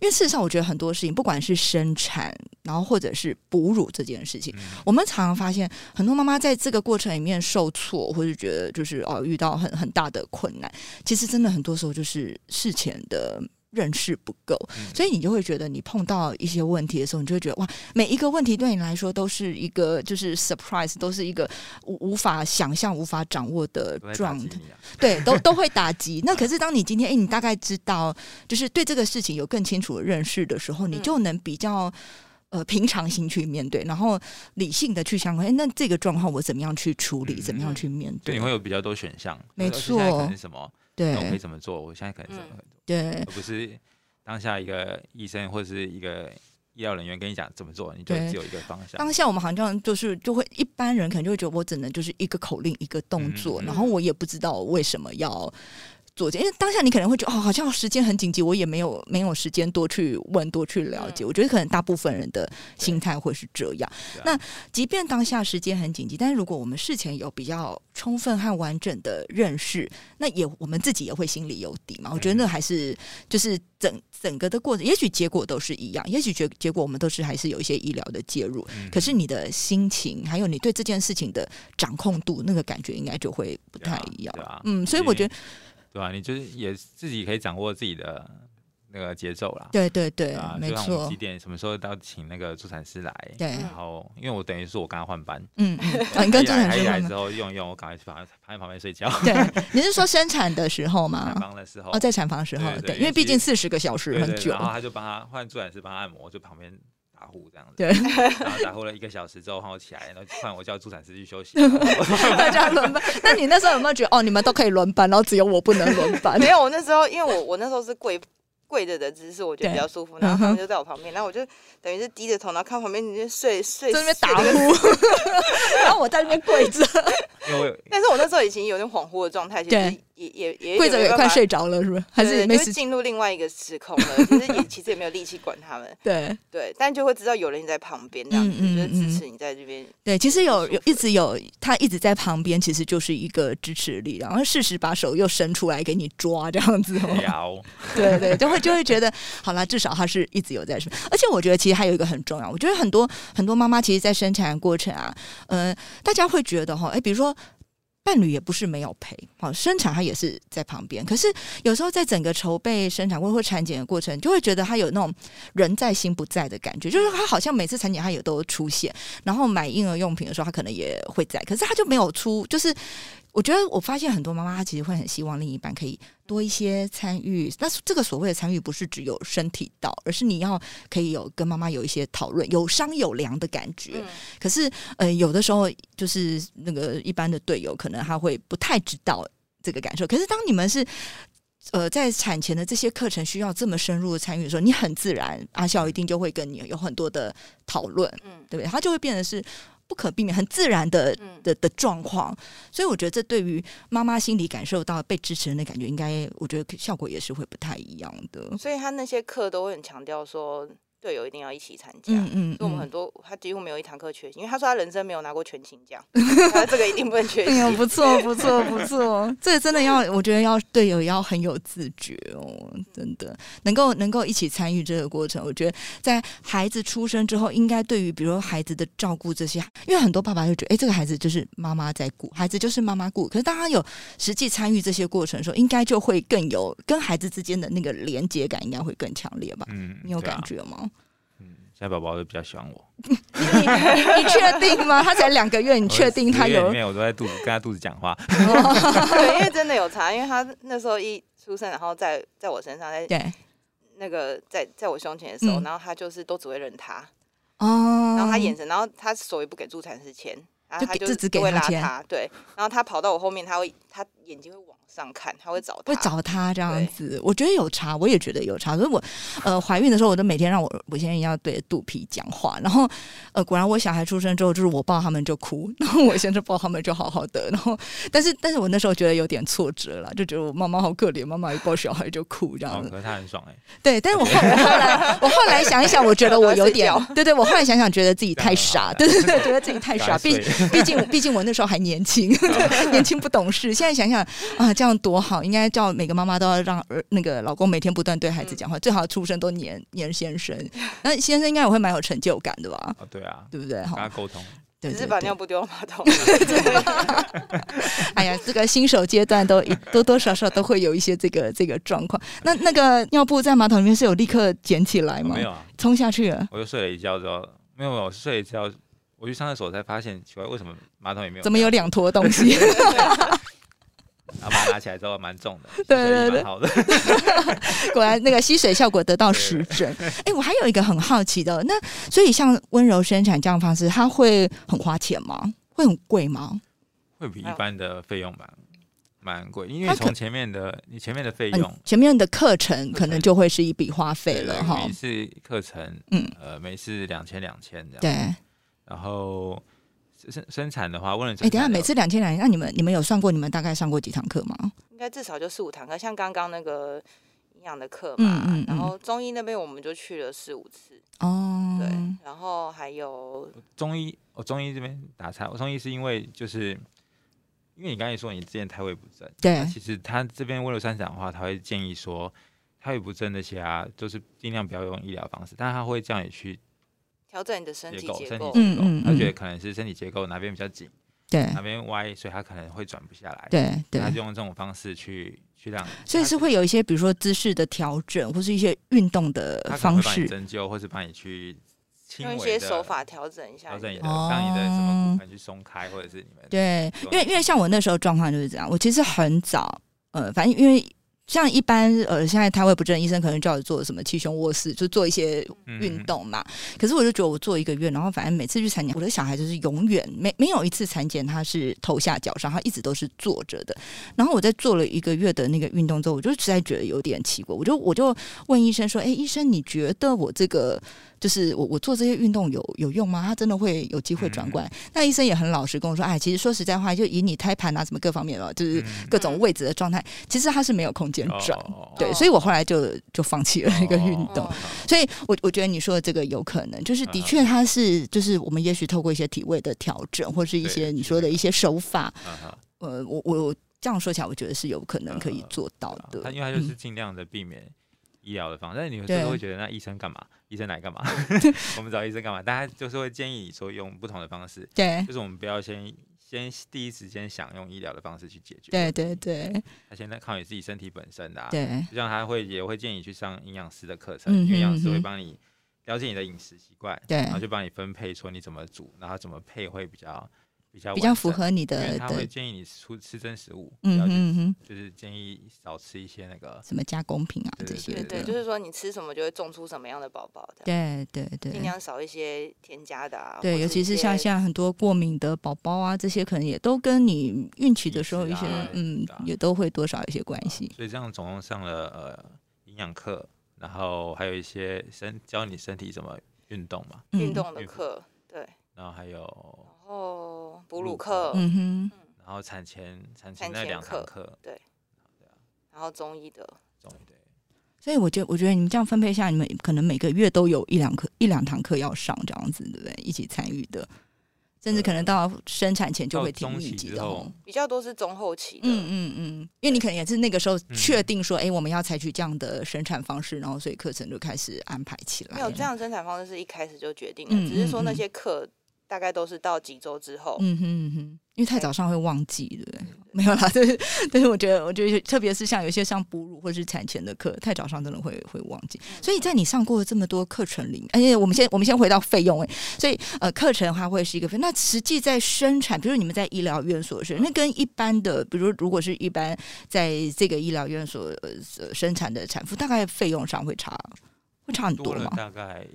B: 因为事实上，我觉得很多事情，不管是生产，然后或者是哺乳这件事情。
D: 嗯
B: 我们常常发现，很多妈妈在这个过程里面受挫，或是觉得就是哦遇到很很大的困难，其实真的很多时候就是事前的认识不够，
D: 嗯
B: 所以你就会觉得你碰到一些问题的时候，你就会觉得哇，每一个问题对你来说都是一个就是 surprise，都是一个无无法想象、无法掌握的
D: 都在打
B: 状
D: 击
B: 态，
D: 你啊
B: 对，都都会打击。那可是当你今天哎、你大概知道，就是对这个事情有更清楚的认识的时候，你就能比较。呃，平常心去面对，然后理性的去想，哎，那这个状况我怎么样去处理，
D: 嗯
B: 怎么样去面
D: 所
B: 对？
D: 以你会有比较多选项，
B: 没
D: 就是现在可
B: 错
D: 能是什么，那我可以
B: 对
D: 怎么做？我现在可能怎么做，
B: 对
D: 而不是当下一个医生或者是一个医疗人员跟你讲怎么做，你就
B: 对
D: 只有一个方向。
B: 当下我们好像就是就会一般人可能就会觉得我只能就是一个口令一个动作，
D: 嗯嗯
B: 然后我也不知道为什么要做这，因为当下你可能会觉得哦，好像时间很紧急，我也没有没有时间多去问多去了解。
C: 嗯
B: 我觉得可能大部分人的心态会是这样。
D: 对啊
B: 那即便当下时间很紧急，但是如果我们事前有比较充分和完整的认识，那也我们自己也会心里有底
D: 嗯
B: 嘛。我觉得那还是就是整整个的过程，也许结果都是一样，也许结结果我们都是还是有一些医疗的介入，
D: 嗯
B: 可是你的心情还有你对这件事情的掌控度，那个感觉应该就会不太一样。
D: 对啊
B: 嗯，所以我觉得，
D: 对啊吧、你就是也自己可以掌握自己的那个节奏啦。
B: 对对对，
D: 啊，
B: 没
D: 就像我们
B: 错
D: 几，点什么时候要请那个助产师来？
B: 对
D: 然后因为我等于是我刚刚换班，
B: 嗯，嗯
D: *laughs*
B: 啊你跟助产
D: 他
B: 师
D: 一来
B: 换
D: 之
B: 吗？
D: 后用一用，我赶快去旁趴在旁边睡觉。
B: 对，你是说生产的时候吗
D: 哎 *laughs* 产？房的时候，
B: 哦，在产房的时候，
D: 对对
B: 对，
D: 对
B: 因为
D: 因为其
B: 毕
D: 实
B: 竟四十个小时
D: 对
B: 很
D: 对，
B: 久
D: 然，后他就帮他换助产师帮他按摩，我就旁边打呼这样子，
B: *laughs* 对，
D: 然后打呼了一个小时之后，换我起来，然后换我叫助产师去休息，然后
B: 大家轮班。那你那时候有没有觉得哦，你们都可以轮班，然后只有我不能轮班？
C: 没有，我那时候因为我我那时候是跪跪着的姿势，我觉得比较舒服，然后他
B: 嗯
C: 们
B: 哼
C: 就在我旁边，然后我就等于是低着头，然后看旁边你就睡
B: *laughs*
C: 睡
B: 在那边打。
C: 睡得
B: 呼， *laughs* 然后我在那边跪着，
D: *laughs* 因为我有
C: 但是我那时候已经有点恍惚的状态，其实
B: 对
C: 也也也
B: 跪着也
C: 也
B: 快，睡着了，是不是？还
C: 对
B: 是
C: 对
B: 没
C: 就
B: 时
C: 是
B: 间？
C: 进入另外一个时空了， *laughs* 就是也其实也没有力气管他们，
B: 对
C: 对，但就会知道有人在旁边这样子，
B: 嗯嗯
C: 就是
B: 嗯
C: 支持你在这边，
B: 对，其实有
C: 舒服
B: 有一直有他一直在旁边，其实就是一个支持力，然后适时把手又伸出来给你抓这样子、哦。 *laughs*
D: 聊，
B: 对对，就会就会觉得，好啦，至少他是一直有在生。而且我觉得其实还有一个很重要，我觉得很多很多妈妈其实，在生产的过程啊，呃，大家会觉得哈，哎，比如说。伴侣也不是没有陪，好生产他也是在旁边。可是有时候在整个筹备生产或或产检的过程，就会觉得他有那种人在心不在的感觉，就是他好像每次产检他也都出现，然后买婴儿用品的时候他可能也会在，可是他就没有出。就是我觉得我发现很多妈妈她其实会很希望另一半可以多一些参与。那这个所谓的参与，不是只有身体到，而是你要可以有跟妈妈有一些讨论，有商有量的感觉。
C: 嗯，
B: 可是，呃，有的时候就是那个一般的队友，可能他会不太知道这个感受。可是，当你们是呃在产前的这些课程需要这么深入的参与的时候，你很自然，阿笑一定就会跟你有很多的讨论，
C: 嗯
B: 对不对？他就会变得是不可避免、很自然的
C: 嗯
B: 的的状况。所以我觉得这对于妈妈心里感受到被支持人的感觉，应该我觉得效果也是会不太一样的。
C: 所以他那些课都会很强调说，队友一定要一起参加。
B: 嗯嗯
C: 啊所以我们很
B: 嗯，
C: 多，他几乎没有一堂课缺席，因为他说他人生没有拿过全勤奖， *laughs* 他这个一定不能缺
B: 哎 *laughs* 呀，
C: 席。
B: 不错，不错，不错，这真的要，我觉得要队友要很有自觉哦，真的能够能够一起参与这个过程。我觉得在孩子出生之后，应该对于比如说孩子的照顾这些，因为很多爸爸就觉得，哎，这个孩子就是妈妈在顾，孩子就是妈妈顾。可是当他有实际参与这些过程的时候，应该就会更有跟孩子之间的那个连接感，应该会更强烈吧？
D: 嗯，
B: 你有
D: 对啊
B: 感？觉吗？
D: 嗯，现在宝宝都比较喜欢我，
B: *laughs* 你你确定吗？他才两个月，你
D: 你
B: 确定他有
C: *laughs* 啊
D: 里？面我都在肚子跟他肚子讲话，
C: 对，因为真的有差，因为他那时候一出生，然后在在我身上，在
B: 对
C: 那个在在我胸前的时候，
B: 嗯
C: 然后他就是都只会认他，
B: 哦，
C: 然后他眼神，然后他手也不给助产士牵，然后
B: 就
C: 他
B: 给
C: 就
B: 就只给
C: 都会
B: 他
C: 拉
B: 牵
C: 他，对，然后他跑到我后面，他会他眼睛会往上看，他会找他，
B: 会找他这样
C: 对
B: 子，我觉得有差，我也觉得有差。所以我，呃，怀孕的时候，我都每天让我我先生要对着肚皮讲话，然后，呃，果然我小孩出生之后，就是我抱他们就哭，然后我先生抱他们就好好的，然后，但是，但是我那时候觉得有点挫折了，就觉得我妈妈好可怜，妈妈一抱小孩就哭这
D: 然
B: 样
D: 后
B: 子。
D: 可是他很爽哎，
B: 对，但是我后我后来我后来想一想，我觉得我有点
C: 赶快睡，
B: 对对，我后来想想觉得自己太傻，对对对，觉得自己太傻，
D: 打
B: 毕
D: 碎
B: 毕竟毕竟我那时候还年轻， *laughs* 年轻不懂事。现在想想啊，这样多好，应该叫每个妈妈都要让儿那个老公每天不断对孩子讲
C: 嗯
B: 话，最好出生都黏黏先生，那先生应该也会蛮有成就感的吧？
D: 哦对啊，
B: 对不对？哦
D: 跟他
B: 哈，
D: 沟通，
B: 对
C: 只是
B: 对
C: 把
B: 对
C: 尿。布丢到马桶。
B: *laughs* 哎呀，这个新手阶段都一多多少少都会有一些这个这个状况。那那个尿布在马桶里面是有立刻捡起来
D: 哦
B: 吗？
D: 没有，啊，
B: 冲下去了。
D: 我就睡了一觉之后，没有没有，我睡了一觉，我去上厕所才发现，奇怪，为什么马桶也没有？
B: 怎么有两坨东
D: *laughs*
B: 西？
D: 然后把它拿起来之后蛮
B: *laughs*
D: 重的，
B: 对
D: 吸
B: 对对
D: 收力蛮好的。
B: 果然那个吸水效果得到实证。哎，我还有一个很好奇的，那所以像温柔生产这样的方式，它会很花钱吗？会很贵吗？
D: 会比一般的费用蛮蛮贵，因
B: 它
D: 为
B: 可
D: 从前面的你前面的费
B: 嗯
D: 用，
B: 前面的课程可能就会是一笔花费了
D: 对
B: 哈
D: 每。次课程，
B: 嗯
D: 呃，每次两千两千这样。
B: 对，哎，
D: 然后生生产的话，问了
B: 哎等一下每次两千两，那你们你们有算过你们大概上过几堂课吗？
C: 应该至少就四五堂课，像刚刚那个营养的课嘛，
B: 嗯嗯嗯
C: 然后中医那边我们就去了四五次，
B: 哦，
C: 对，然后还有
D: 中医，我、中医这边打岔，我中医是因为就是因为你刚才说你之前胎位不正，
B: 对
D: 那其实他这边为了生产的话，他会建议说胎位不正那些啊，就是尽量不要用医疗方式，但他会叫你去
C: 调整你的身
D: 结
C: 体
D: 构，
C: 结
D: 身体
C: 构，
D: 结构，
B: 嗯嗯
D: 他觉得
B: 嗯
D: 可能是身体结构哪边比较紧，
B: 对
D: 哪边歪，所以他可能会转不下来，
B: 对对
D: 他，就用这种方式去去让，
B: 所以是会有一些比如说姿势的调整，或是一些运动的
D: 他可能
B: 方
D: 会帮你
B: 式。
D: 针灸，或是帮你去轻
C: 用一
D: 微
C: 些
D: 的
C: 手法调整一下
D: 调
C: 你的。
D: 整你的，
B: 哦
D: 让你的什么骨盆去松开，或者是你们
B: 对，
D: 对
B: 因为因为像我那时候状况就是这样，我其实很早，呃，反正因为像一般呃，现在胎位不正，医生可能叫你做什么气胸卧式，就做一些
D: 嗯
B: 运动嘛。可是我就觉得我做一个月，然后反正每次去产检，我的小孩就是永远没没有一次产检他是头下脚上，他一直都是坐着的。然后我在做了一个月的那个运动之后，我就实在觉得有点奇怪，我就我就问医生说：“哎，医生，你觉得我这个就是我我做这些运动有有用吗？他真的会有机会转过来？”那医生也很老实跟我说：“哎，其实说实在话，就以你胎盘啊什么各方面了，就是
D: 嗯
B: 各种位置的状态，其实他是没有空间。”
D: 哦
B: 旋转，对，所以我后来就就放弃了那个运动。所以我我觉得你说的这个有可能，就是的
C: 嗯
B: 确它是，就是我们也许透过一些体位的调整，或是一些你说的一些手法，呃，我我这样说起来，我觉得是有可能可以做到
C: 嗯
B: 的。
D: 啊因为它就是尽量的避免医疗的方式，但是你有时候会觉得那医生干嘛？医生来
B: *laughs*
D: 干嘛？我们找医生干嘛？大家就是会建议你说用不同的方式，
B: 对，
D: 就是我们不要先。先第一时间想用医疗的方式去解决，
B: 对对对。
D: 他现在靠你自己身体本身的、啊，
B: 对，
D: 就像他会也会建议去上营养师的课程，营养、嗯、师会帮你了解你的饮食习惯，
B: 对，
D: 然后就帮你分配说你怎么煮，然后怎么配会比较比较
B: 比较符合你的，
D: 因为他会建议你出吃真食物，嗯嗯嗯，就是建议少吃一些那个
B: 什么加工品啊这些，
C: 对对，就是说你吃什么就会种出什么样的宝宝的，
B: 对对对，
C: 尽量少一些添加的啊，
B: 对，尤其是像现在很多过敏的宝宝啊，这些可能也都跟你孕期的时候一
C: 啊
B: 些嗯也都会多少有些关系，
D: 所以这样总共上了呃营养课，然后还有一些身教你身体怎么运动嘛，
B: 嗯
C: 运动
D: 嗯
C: 的课，对，
D: 然后还有。
C: 哦，哺乳课，
B: 嗯哼，
D: 然后产前产前那两堂课，
C: 对，然后中医的，
D: 中医对，
B: 所以我觉得，我觉得你们这样分配下，你们可能每个月都有一两课、一两堂课要上，这样子，对不对？一起参与的，甚至可能到生产前就会挺密集的哦。
C: 比较多是中后期的，
B: 嗯嗯嗯，因为你可能也是那个时候确定说，哎，我们要采取这样的生产方式，然后所以课程就开始安排起来。
C: 没有这样生产方式是一开始就决定
B: 嗯
C: 了，只是说那些课。大概都是到几周之后，
B: 嗯哼嗯哼，因为太早上会忘记，对不 *laughs* 对？没有啦，对对，我觉得，我觉得，特别是像有些像哺乳或是产前的课，太早上真的会会忘记。所以在你上过这么多课程里，而、哎、且我们先我们先回到费用哎，所以呃，课程它会是一个费，那实际在生产，比如你们在医疗院所是，那跟一般的，比如如果是一般在这个医疗院所呃生产的产妇，大概费用上会差会差很
D: 多
B: 吗？
D: 大概。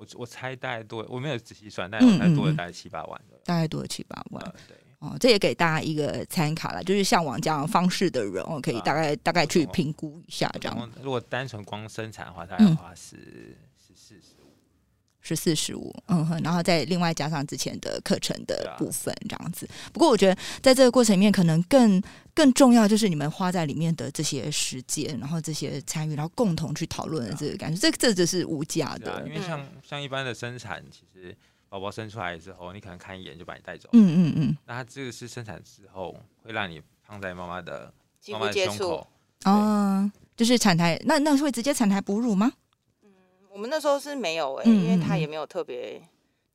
D: 我我猜大概多，我没有仔细算，
B: 嗯
D: 但我猜多了大概七八万、嗯嗯、
B: 大概多了七八万，
D: 呃、对。
B: 哦，这也给大家一个参考啦，就是向往这样方式的人，哦，可以大概、啊、大概去评估一下这样。嗯
D: 如果单纯光生产的话，大概花十十四十五，
B: 十四十五，嗯哼，然后再另外加上之前的课程的部分这样子。啊、不过我觉得在这个过程里面，可能更更重要就是你们花在里面的这些时间，然后这些参与，然后共同去讨论的这个感觉，啊、这这只是无价的。
D: 啊因为像像一般的生产，其实。宝宝生出来之后，你可能看一眼就把你带走。
B: 嗯嗯嗯。
D: 那它这个是生产之后，会让你放在妈妈的
C: 肌
D: 肤
C: 接触。
B: 哦，就是产台，那那会直接产台哺乳吗？
C: 嗯，我们那时候是没有哎、欸，嗯、因为它也没有特别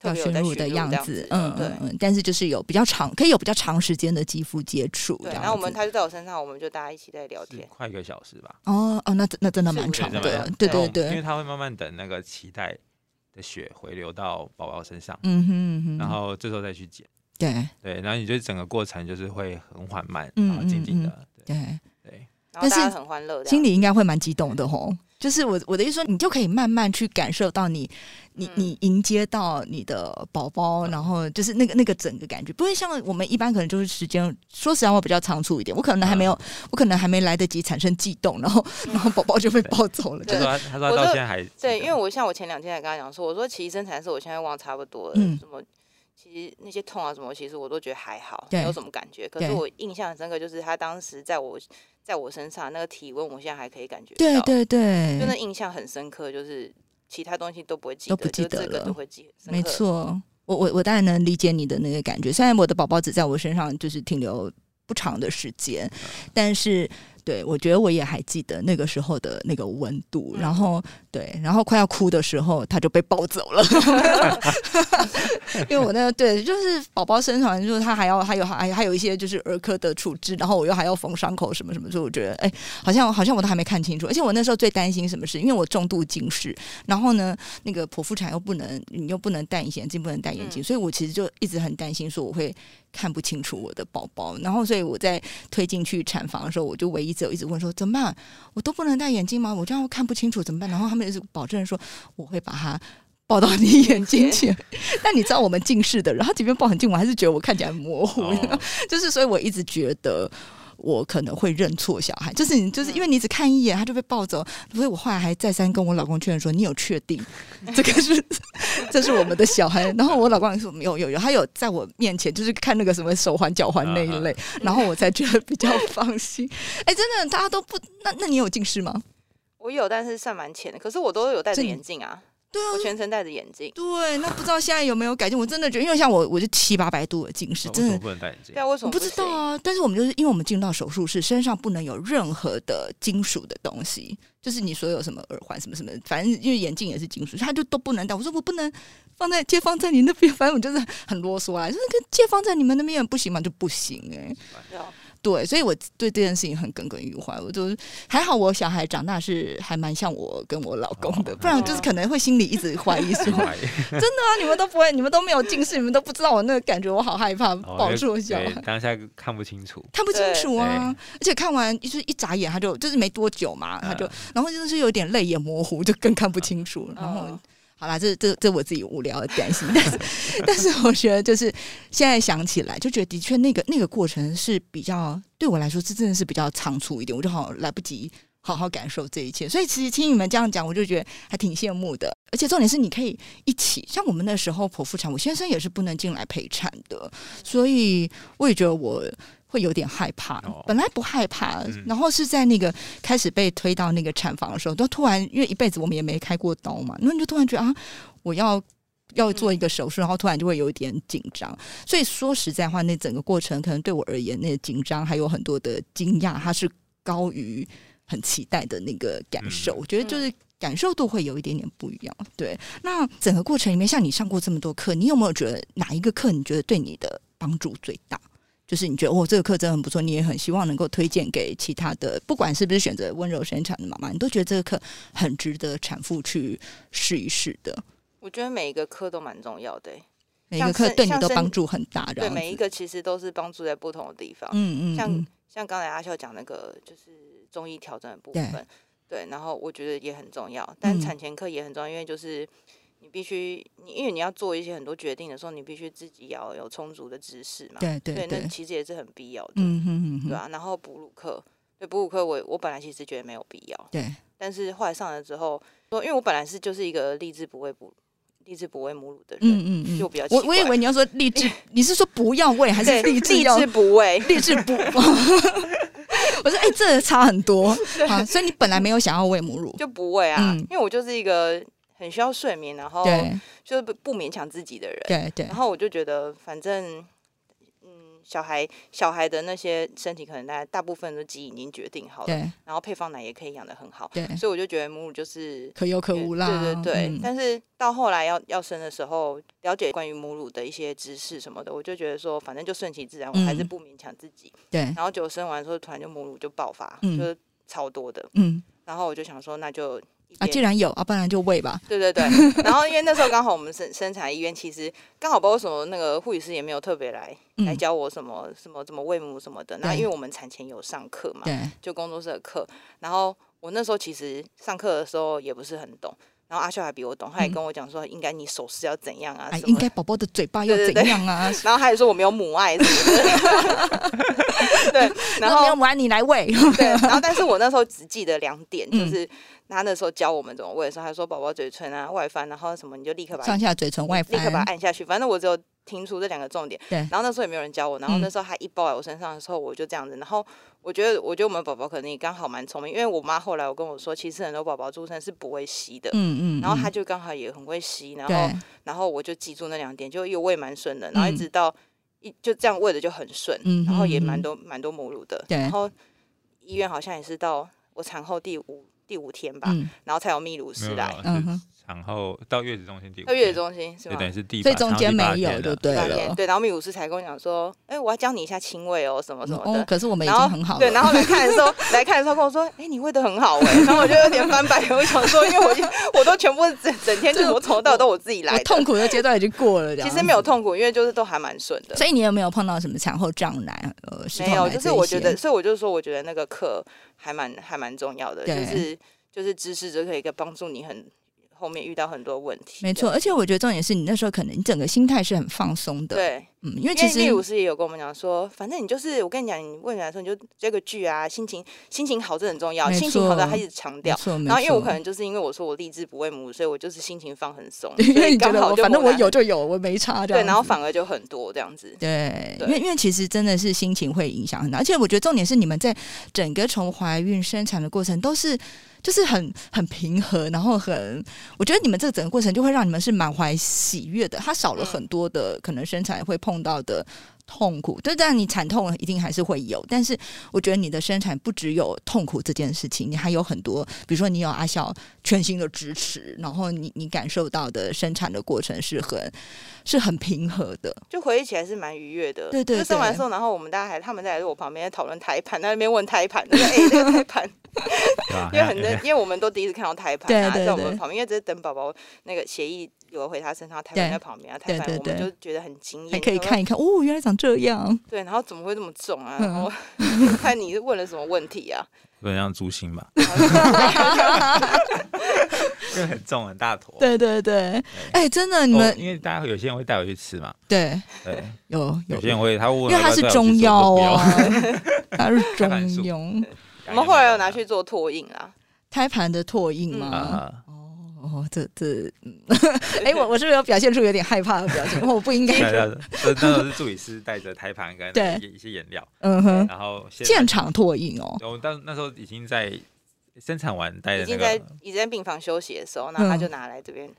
B: 要
C: 深入
B: 的
C: 样
B: 子。嗯
C: 对
B: 嗯。但是就是有比较长，可以有比较长时间的肌肤接触。
C: 对，然后我们他就在我身上，我们就大家一起在聊哦天，
D: 快一个小时吧。
B: 哦哦，那那真的蛮长的，对对对，
D: 因为他会慢慢等那个脐带。的血回流到宝宝身上，
B: 嗯哼,嗯哼，
D: 然后这时候再去剪，
B: 对
D: 对，然后你就整个过程就是会很缓慢，
B: 嗯
D: 然后静静的，对、嗯嗯、对，对
C: 但是很欢乐，
B: 心里应该会蛮激动的吼。就是我我的意思说，你就可以慢慢去感受到你
C: 嗯
B: 你你迎接到你的宝宝，然后就是那个那个整个感觉，不会像我们一般可能就是时间，说实话我比较仓促一点，我可能还没有，
D: 嗯
B: 我可能还没来得及产生悸动，然后
C: 嗯
B: 然后宝宝就被抱走
C: *laughs*
B: 了。
D: 他说他说到现在还
C: 对，因为我像我前两天还跟他讲说，我说其实生产是我现在忘差不多了，
B: 嗯
C: 什么其实那些痛啊什么，其实我都觉得还好，没有什么感觉。可是我印象深刻就是他当时在我。在我身上那个体温，我现在还可以感觉到。
B: 对对对，
C: 真的印象很深刻，就是其他东西都不会记
B: 得，都不记得
C: 了，就这个都会记得。
B: 没错，我我我当然能理解你的那个感觉。虽然我的宝宝只在我身上就是停留不长的时间，但是对我觉得我也还记得那个时候的那个温度。嗯、然后对，然后快要哭的时候，他就被抱走了。因为我那个对，就是宝宝生产，就是他还要还有还还有一些就是儿科的处置，然后我又还要缝伤口什么什么，所以我觉得哎、欸，好像好像我都还没看清楚。而且我那时候最担心什么事？因为我重度近视，然后呢，那个剖腹产又不能，你又不能戴隐形眼镜，不能戴眼镜，嗯、所以我其实就一直很担心，说我会看不清楚我的宝宝，然后所以我在推进去产房的时候，我就唯一只有一直问说怎么办？我都不能戴眼镜吗？我这样看不清楚怎么办？然后他们一直保证说我会把它。抱到你 *laughs* 眼睛前，但你知道我们近视的，然后即便抱很近，我还是 *laughs* 觉得我看起来模
D: 哦
B: 糊。Oh. 就是所以我一直觉得我可能会认错小孩，就是你就是因为你只看一眼他就被抱走，所以我后来还再三跟我老公确认说：“你有确定这个是这是我们的小孩？”然后我老公说：“没有，有有，他有在我面前就是看那个什么手环、脚环那一类，uh huh. 然后我才觉得比较放心。”哎、欸，真的大家都不那那你有近视吗？
C: 我有，但是算蛮浅的，可是我都有戴着眼镜啊。
B: 对啊，
C: 我全程戴着眼镜。
B: 对，那不知道现在有没有改进？我真的觉得，因为像我，我就七八百度的近视，真的
D: 不能戴眼镜。
C: 对啊，为什么
B: 不知道啊？但是我们就是因为我们进到手术室，身上不能有任何的金属的东西，就是你所有什么耳环、什么什么，反正因为眼镜也是金属，他就都不能戴。我说我不能放在借放在你那边， *laughs* 反正我就是很啰嗦啊，就是借放在你们那边不行嘛，就不行哎、
C: 欸。啊、
B: 对，所以我对这件事情很耿耿于怀。我就还好，我小孩长大是还蛮像我跟我老公的，不然就是可能会心里。一直怀疑说，真的
C: *laughs*
B: 啊，你们都不会，你们都没有近视，你们都不知道我那个感觉，我好害怕
D: 哦
B: 抱住我小孩，
D: 当下看不清楚，
B: 看不清楚啊！而且看完就是一眨眼，他就就是没多久嘛，他就，然后就是有点泪眼模糊，就更看不清楚。
C: 嗯
B: 然后，好啦，这这这我自己无聊的担心，但是但是我觉得就是现在想起来，就觉得的确那个那个过程是比较对我来说，这真的是比较仓促一点，我就好来不及。好好感受这一切，所以其实听你们这样讲，我就觉得还挺羡慕的。而且重点是，你可以一起，像我们那时候剖腹产，我先生也是不能进来陪产的，所以我也觉得我会有点害怕。哦、本来不害怕，嗯、然后是在那个开始被推到那个产房的时候，都突然因为一辈子我们也没开过刀嘛，那你就突然觉得啊，我要。要做一个手术，然后突然就会有一点紧张，所以说实在话，那整个过程可能对我而言，那个紧张还有很多的惊讶，它是高于。很期待的那个感受，嗯、我觉得就是感受度会有一点点不一样。对，那整个过程里面，像你上过这么多课，你有没有觉得哪一个课你觉得对你的帮助最大？就是你觉得哦，这个课真的很不错，你也很希望能够推荐给其他的，不管是不是选择温柔生产的妈妈，你都觉得这个课很值得产妇去试一试的。
C: 我觉得每一个课都蛮重要的、欸。
B: 每个课对你都帮助很大，
C: 对每一个其实都是帮助在不同的地方。嗯,嗯嗯，像像刚才阿秀讲那个就是中医调整的部分，对,对，然后我觉得也很重要，
B: 嗯
C: 但产前课也很重要，因为就是你必须你因为你要做一些很多决定的时候，你必须自己要有充足的知识嘛，
B: 对对
C: 啊对，那其实也是很必要的，嗯哼嗯哼，对啊，然后哺乳课，对哺乳课我我本来其实觉得没有必要，
B: 对，
C: 但是后来上了之后，说因为我本来是就是一个立志不喂哺。励志不喂母乳的人，嗯嗯嗯，就比较
B: 我我以为你要说励
C: *laughs*
B: 志，你是说不要喂还是励志要
C: 不喂？
B: 励志不， *laughs* 我说哎、欸，这差很
C: *laughs*
B: 多啊！所以你本来没有想要喂母乳，
C: 就不喂啊，嗯、因为我就是一个很需要睡眠，然后就是不不勉强自己的人，
B: 对对。
C: 哦然后我就觉得，反正嗯，小孩小孩的那些身体可能大家大部分的基因已经决定好了，然后配方奶也可以养的很好，
B: 对。
C: 所以我就觉得母乳就是
B: 可有可无啦，
C: 对对对，嗯、但是。到后来要要生的时候，了解关于母乳的一些知识什么的，我就觉得说，反正就顺其自然，我还是
B: 嗯
C: 不勉强自己。
B: 对。
C: 然后就生完之后，突然就母乳就爆发，就是超多的。
B: 嗯。
C: 然后我就想说，那就
B: 啊，既然有啊，不然就喂吧。*laughs*
C: 对对对。然后因为那时候刚好我们生生产医院，其实刚好包括什么那个护理师也没有特别来
B: 嗯
C: 来教我什么什么怎么喂母什么的。那因为我们产前有上课嘛，就工作室的课。然后我那时候其实上课的时候也不是很懂。然后阿秀还比我懂，他也跟我讲说，应该你手势要怎样啊？
B: 嗯应该宝宝的嘴巴要怎样啊？
C: 对对对然后他也说我没有母爱什么的。 *laughs*
B: *laughs*
C: 对， *laughs* 然后
B: 没有母爱你嗯来
C: *laughs*
B: 喂。
C: 对，然后但是我那时候只记得两点，就是他那时候教我们怎么喂的时候，他说宝宝嘴唇啊外翻，然后什么你就立刻把
B: 上下嘴唇外翻，
C: 立刻把它按下去。反正我只有听出这两个重点。
B: 对。嗯
C: 然后那时候也没有人教我，然后那时候他一抱在我身上的时候，我就这样子，然后。我觉得，我觉得我们宝宝可能也刚好蛮聪明，因为我妈后来我跟我说，其实很多宝宝出生是不会吸的，
B: 嗯嗯，嗯
C: 然后她就刚好也很会吸，然后然后我就记住那两点，就又喂蛮顺的，然后一直到一就这样喂的就很顺，
B: 嗯、
C: 然后也蛮多蛮多母乳的，
B: 然
C: 后医院好像也是到我产后第五第五天吧，
B: 嗯、
C: 然后才有泌乳师来，
D: 嗯产后到月子中心第五
C: 到
D: 天，
C: 月子中心是
D: 对
C: 吗？
D: 等于是第
B: 所以
D: 八
B: 中
D: 产后
B: 间
D: 第八
B: 没
D: 天
B: 有就
D: 了
B: 对
C: 八
B: 了
C: 天。对，然后米乳师才跟我讲说，哎、我要教你一下亲喂哦，什么什么的。
B: 哦，可是我们已
C: 然
B: 经
C: 后
B: 很好了。
C: 对，然后来看的时候，来看的时候跟我说，哎、你喂的很好哎、然后我就有点翻白眼，我想说，因为我就我都全部整整天就是我从头到尾都我自己来
B: 我
C: 的，
B: 痛苦的阶段已经过了，
C: 其实没
B: 有。
C: 有痛苦，因为就是都还蛮顺的。
B: 所以你有没有碰到什么产后障难？呃，石头
C: 没有，
B: 奶
C: 就
B: 这
C: 是
B: 一
C: 我觉
B: 些
C: 得，所以我就说，我觉得那个课还蛮还蛮重要的，就
B: 对
C: 是就是知识就可以帮助你很后面遇到很多问题。
B: 没错，，而且我觉得重点是你那时候可能你整个心态是很放松的，，
C: 对，
B: 嗯，因为
C: 因
B: 其
C: 为
B: 实
C: 丽如师也有跟我们讲说，反正你就是我跟你讲，你未来的时候你就追个剧啊，心情心情好这很重要，
B: 没
C: 心情好的
B: 错
C: 他一直强
B: 没
C: 调。
B: 错，没
C: 然后因为我
B: 错
C: 可。能就是因为我说我立志不喂母乳，所以我就是心情放
B: *laughs*
C: 很松，
B: 因
C: 所
B: 为
C: 以
B: 你觉
C: 刚
B: 得
C: 好
B: 我
C: 就
B: 反正
C: 磨
B: 我
C: 难
B: 有就有，我没差这样
C: 对，
B: 子。
C: 然后反而就很多这样子。
B: 对，因
C: 对
B: 为因为其实真的是心情会影响很大，而且我觉得重点是你们在整个从怀孕生产的过程都是就是很很平和，然后很，我觉得你们这个整个过程就会让你们是满怀喜悦的，它少了
C: 嗯
B: 很多的、可能生产会碰到的。痛苦，对，但你惨痛一定还是会有，但是我觉得你的生产不只有痛苦这件事情，你还有很多，比如说你有阿笑全新的支持，然后你你感受到的生产的过程是很是很平和的，
C: 就回忆起来是蛮愉悦的。
B: 对对
C: 就生完
B: 对
C: 之后，然后我们大家还他们在我旁边在讨论胎盘，在那边问胎盘，那个哎那个胎盘，
D: 对吧？
C: 因为很
D: 还
C: 多
D: 有， *laughs*
C: 因为我们都第一次看到胎盘啊，
B: 对对
C: 在我们
B: 对
C: 旁边，因为只是等宝宝那个协议流回他身上，胎
B: 对
C: 盘在旁边啊，胎
B: 对
C: 盘
B: 对
C: 我们
B: 对
C: 就觉得很惊艳，
B: 还可以
C: 想说
B: 看一看哦，原来长这样。
C: 对，然后怎么会这么重
B: *laughs*
C: 啊？
B: 嗯
C: 然后看你是问了什么问题
B: *laughs*
C: 啊？
D: 有点像猪心吧，
C: 然后就
D: 因为很重很大坨。
B: 对对对，哎，真的，你
D: 哦
B: 们
D: 因为大家有些人会带我去吃嘛，
B: 对
C: *laughs*
D: 对，
B: 有有
D: 有些，人会他会
B: 因
D: 问我
B: 为
D: 要不
B: 它
D: 要
B: 是
D: 带我去吃，
B: 中药
D: 我
B: 啊
D: 说不要，
B: *laughs*
D: *laughs*
B: 它是中
D: 开盘素
B: 庸
C: 我们后来有拿去做拓印啦，
B: 胎盘的拓印吗？
D: 啊，
B: 哦，这这，嗯 *laughs* 哎，我我是不是有表现出有点害怕的表情？我不应
D: *laughs* 对
B: 该，
D: 对，对那时候是助理师带着胎盘跟
B: 对
D: 一些饮料，
B: 嗯哼，
D: 然后现在
B: 现场拓印哦，
D: 我当那时候已经在生产完待
C: 已
D: 的那
C: 经在
D: 个，
C: 已经在病房休息的时候，然后他
B: 嗯
C: 就拿来这边，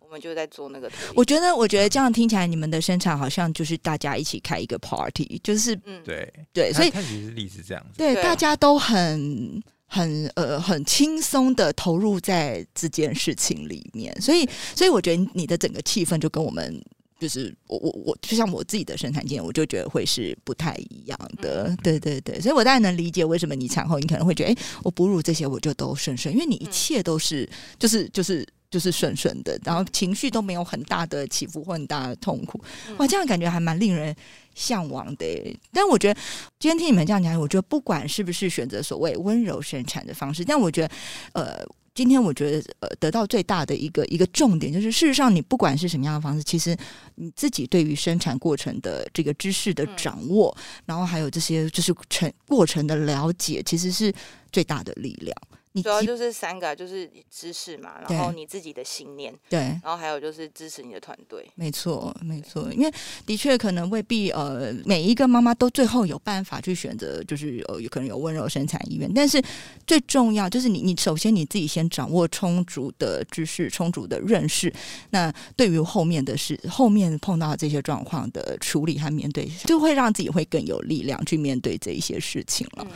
C: 我们就在做那个拓
B: 我
C: 印。
B: 觉得，我觉得这样听起来，你们的生产好像就是大家一起开一个 party，就是
C: 嗯，
D: 对，
B: 对，所以
D: 他其实例子这样子，
B: 对，
C: 对
B: 大家都很很呃很轻松的投入在这件事情里面，所以所以我觉得你的整个气氛就跟我们。就是我我我，就像我自己的生产经验，我就觉得会是不太一样的，对对对，所以我大概能理解为什么你产后你可能会觉得，哎、我哺乳这些我就都顺顺，因为你一
C: 嗯
B: 切都是就是就是就是顺顺的，然后情绪都没有很大的起伏或很大的痛苦，
C: 嗯
B: 哇，这样感觉还蛮令人向往的耶。但我觉得今天听你们这样讲，我觉得不管是不是选择所谓温柔生产的方式，但我觉得呃。今天我觉得，呃，得到最大的一个一个重点就是，事实上，你不管是什么样的方式，其实你自己对于生产过程的这个知识的
C: 嗯
B: 掌握，然后还有这些就是程过程的了解，其实是最大的力量。你
C: 主要
B: 即
C: 就是三个啊，就是知识嘛，
B: 对
C: 然后你自己的信念，
B: 对，
C: 然后还有就是支持你的团队。
B: 没错，没错，因为的确可能未必呃，每一个妈妈都最后有办法去选择，就是呃，有可能有温柔生产意愿，但是最重要就是你，你首先你自己先掌握充足的知识、充足的认识，那对于后面的事，后面碰到这些状况的处理和面对，就会让自己会更有力量去面对这一些事情了
C: 嗯。，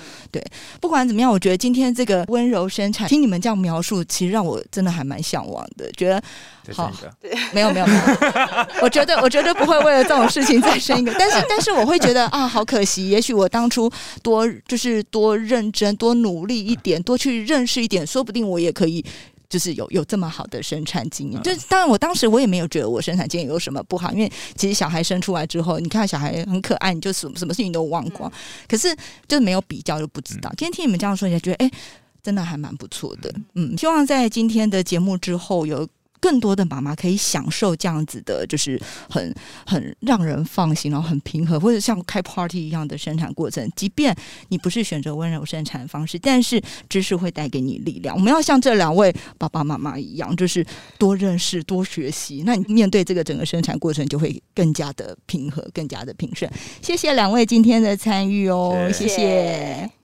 B: 不管怎么样，我觉得今天这个温柔生产，听你们这样描述，其实让我真的还蛮向往的，觉得
D: 这是
B: 好
D: 一个
B: *laughs* 没有没有没有，我绝对我绝对不会为了这种事情再生一个。但是但是我会觉得啊，好可惜，也许我当初多就是多认真、多努力一点，多去认识一点，说不定我也可以。就是有有这么好的生产经验，
D: 嗯
B: 就是当然我当时我也没有觉得我生产经验有什么不好，因为其实小孩生出来之后，你看小孩很可爱，你就什么什么事情都忘光。可是就是没有比较就不知道。今天听你们这样说，也觉得哎、真的还蛮不错的。嗯，希望在今天的节目之后有。更多的妈妈可以享受这样子的，就是很很让人放心，然后很平和，或者像开 party 一样的生产过程。即便你不是选择温柔生产方式，但是知识会带给你力量。我们要像这两位爸爸妈妈一样，就是多认识、多学习。那你面对这个整个生产过程，就会更加的平和、更加的平顺。谢谢两位今天的参与哦，谢
D: 谢
C: 谢
B: 谢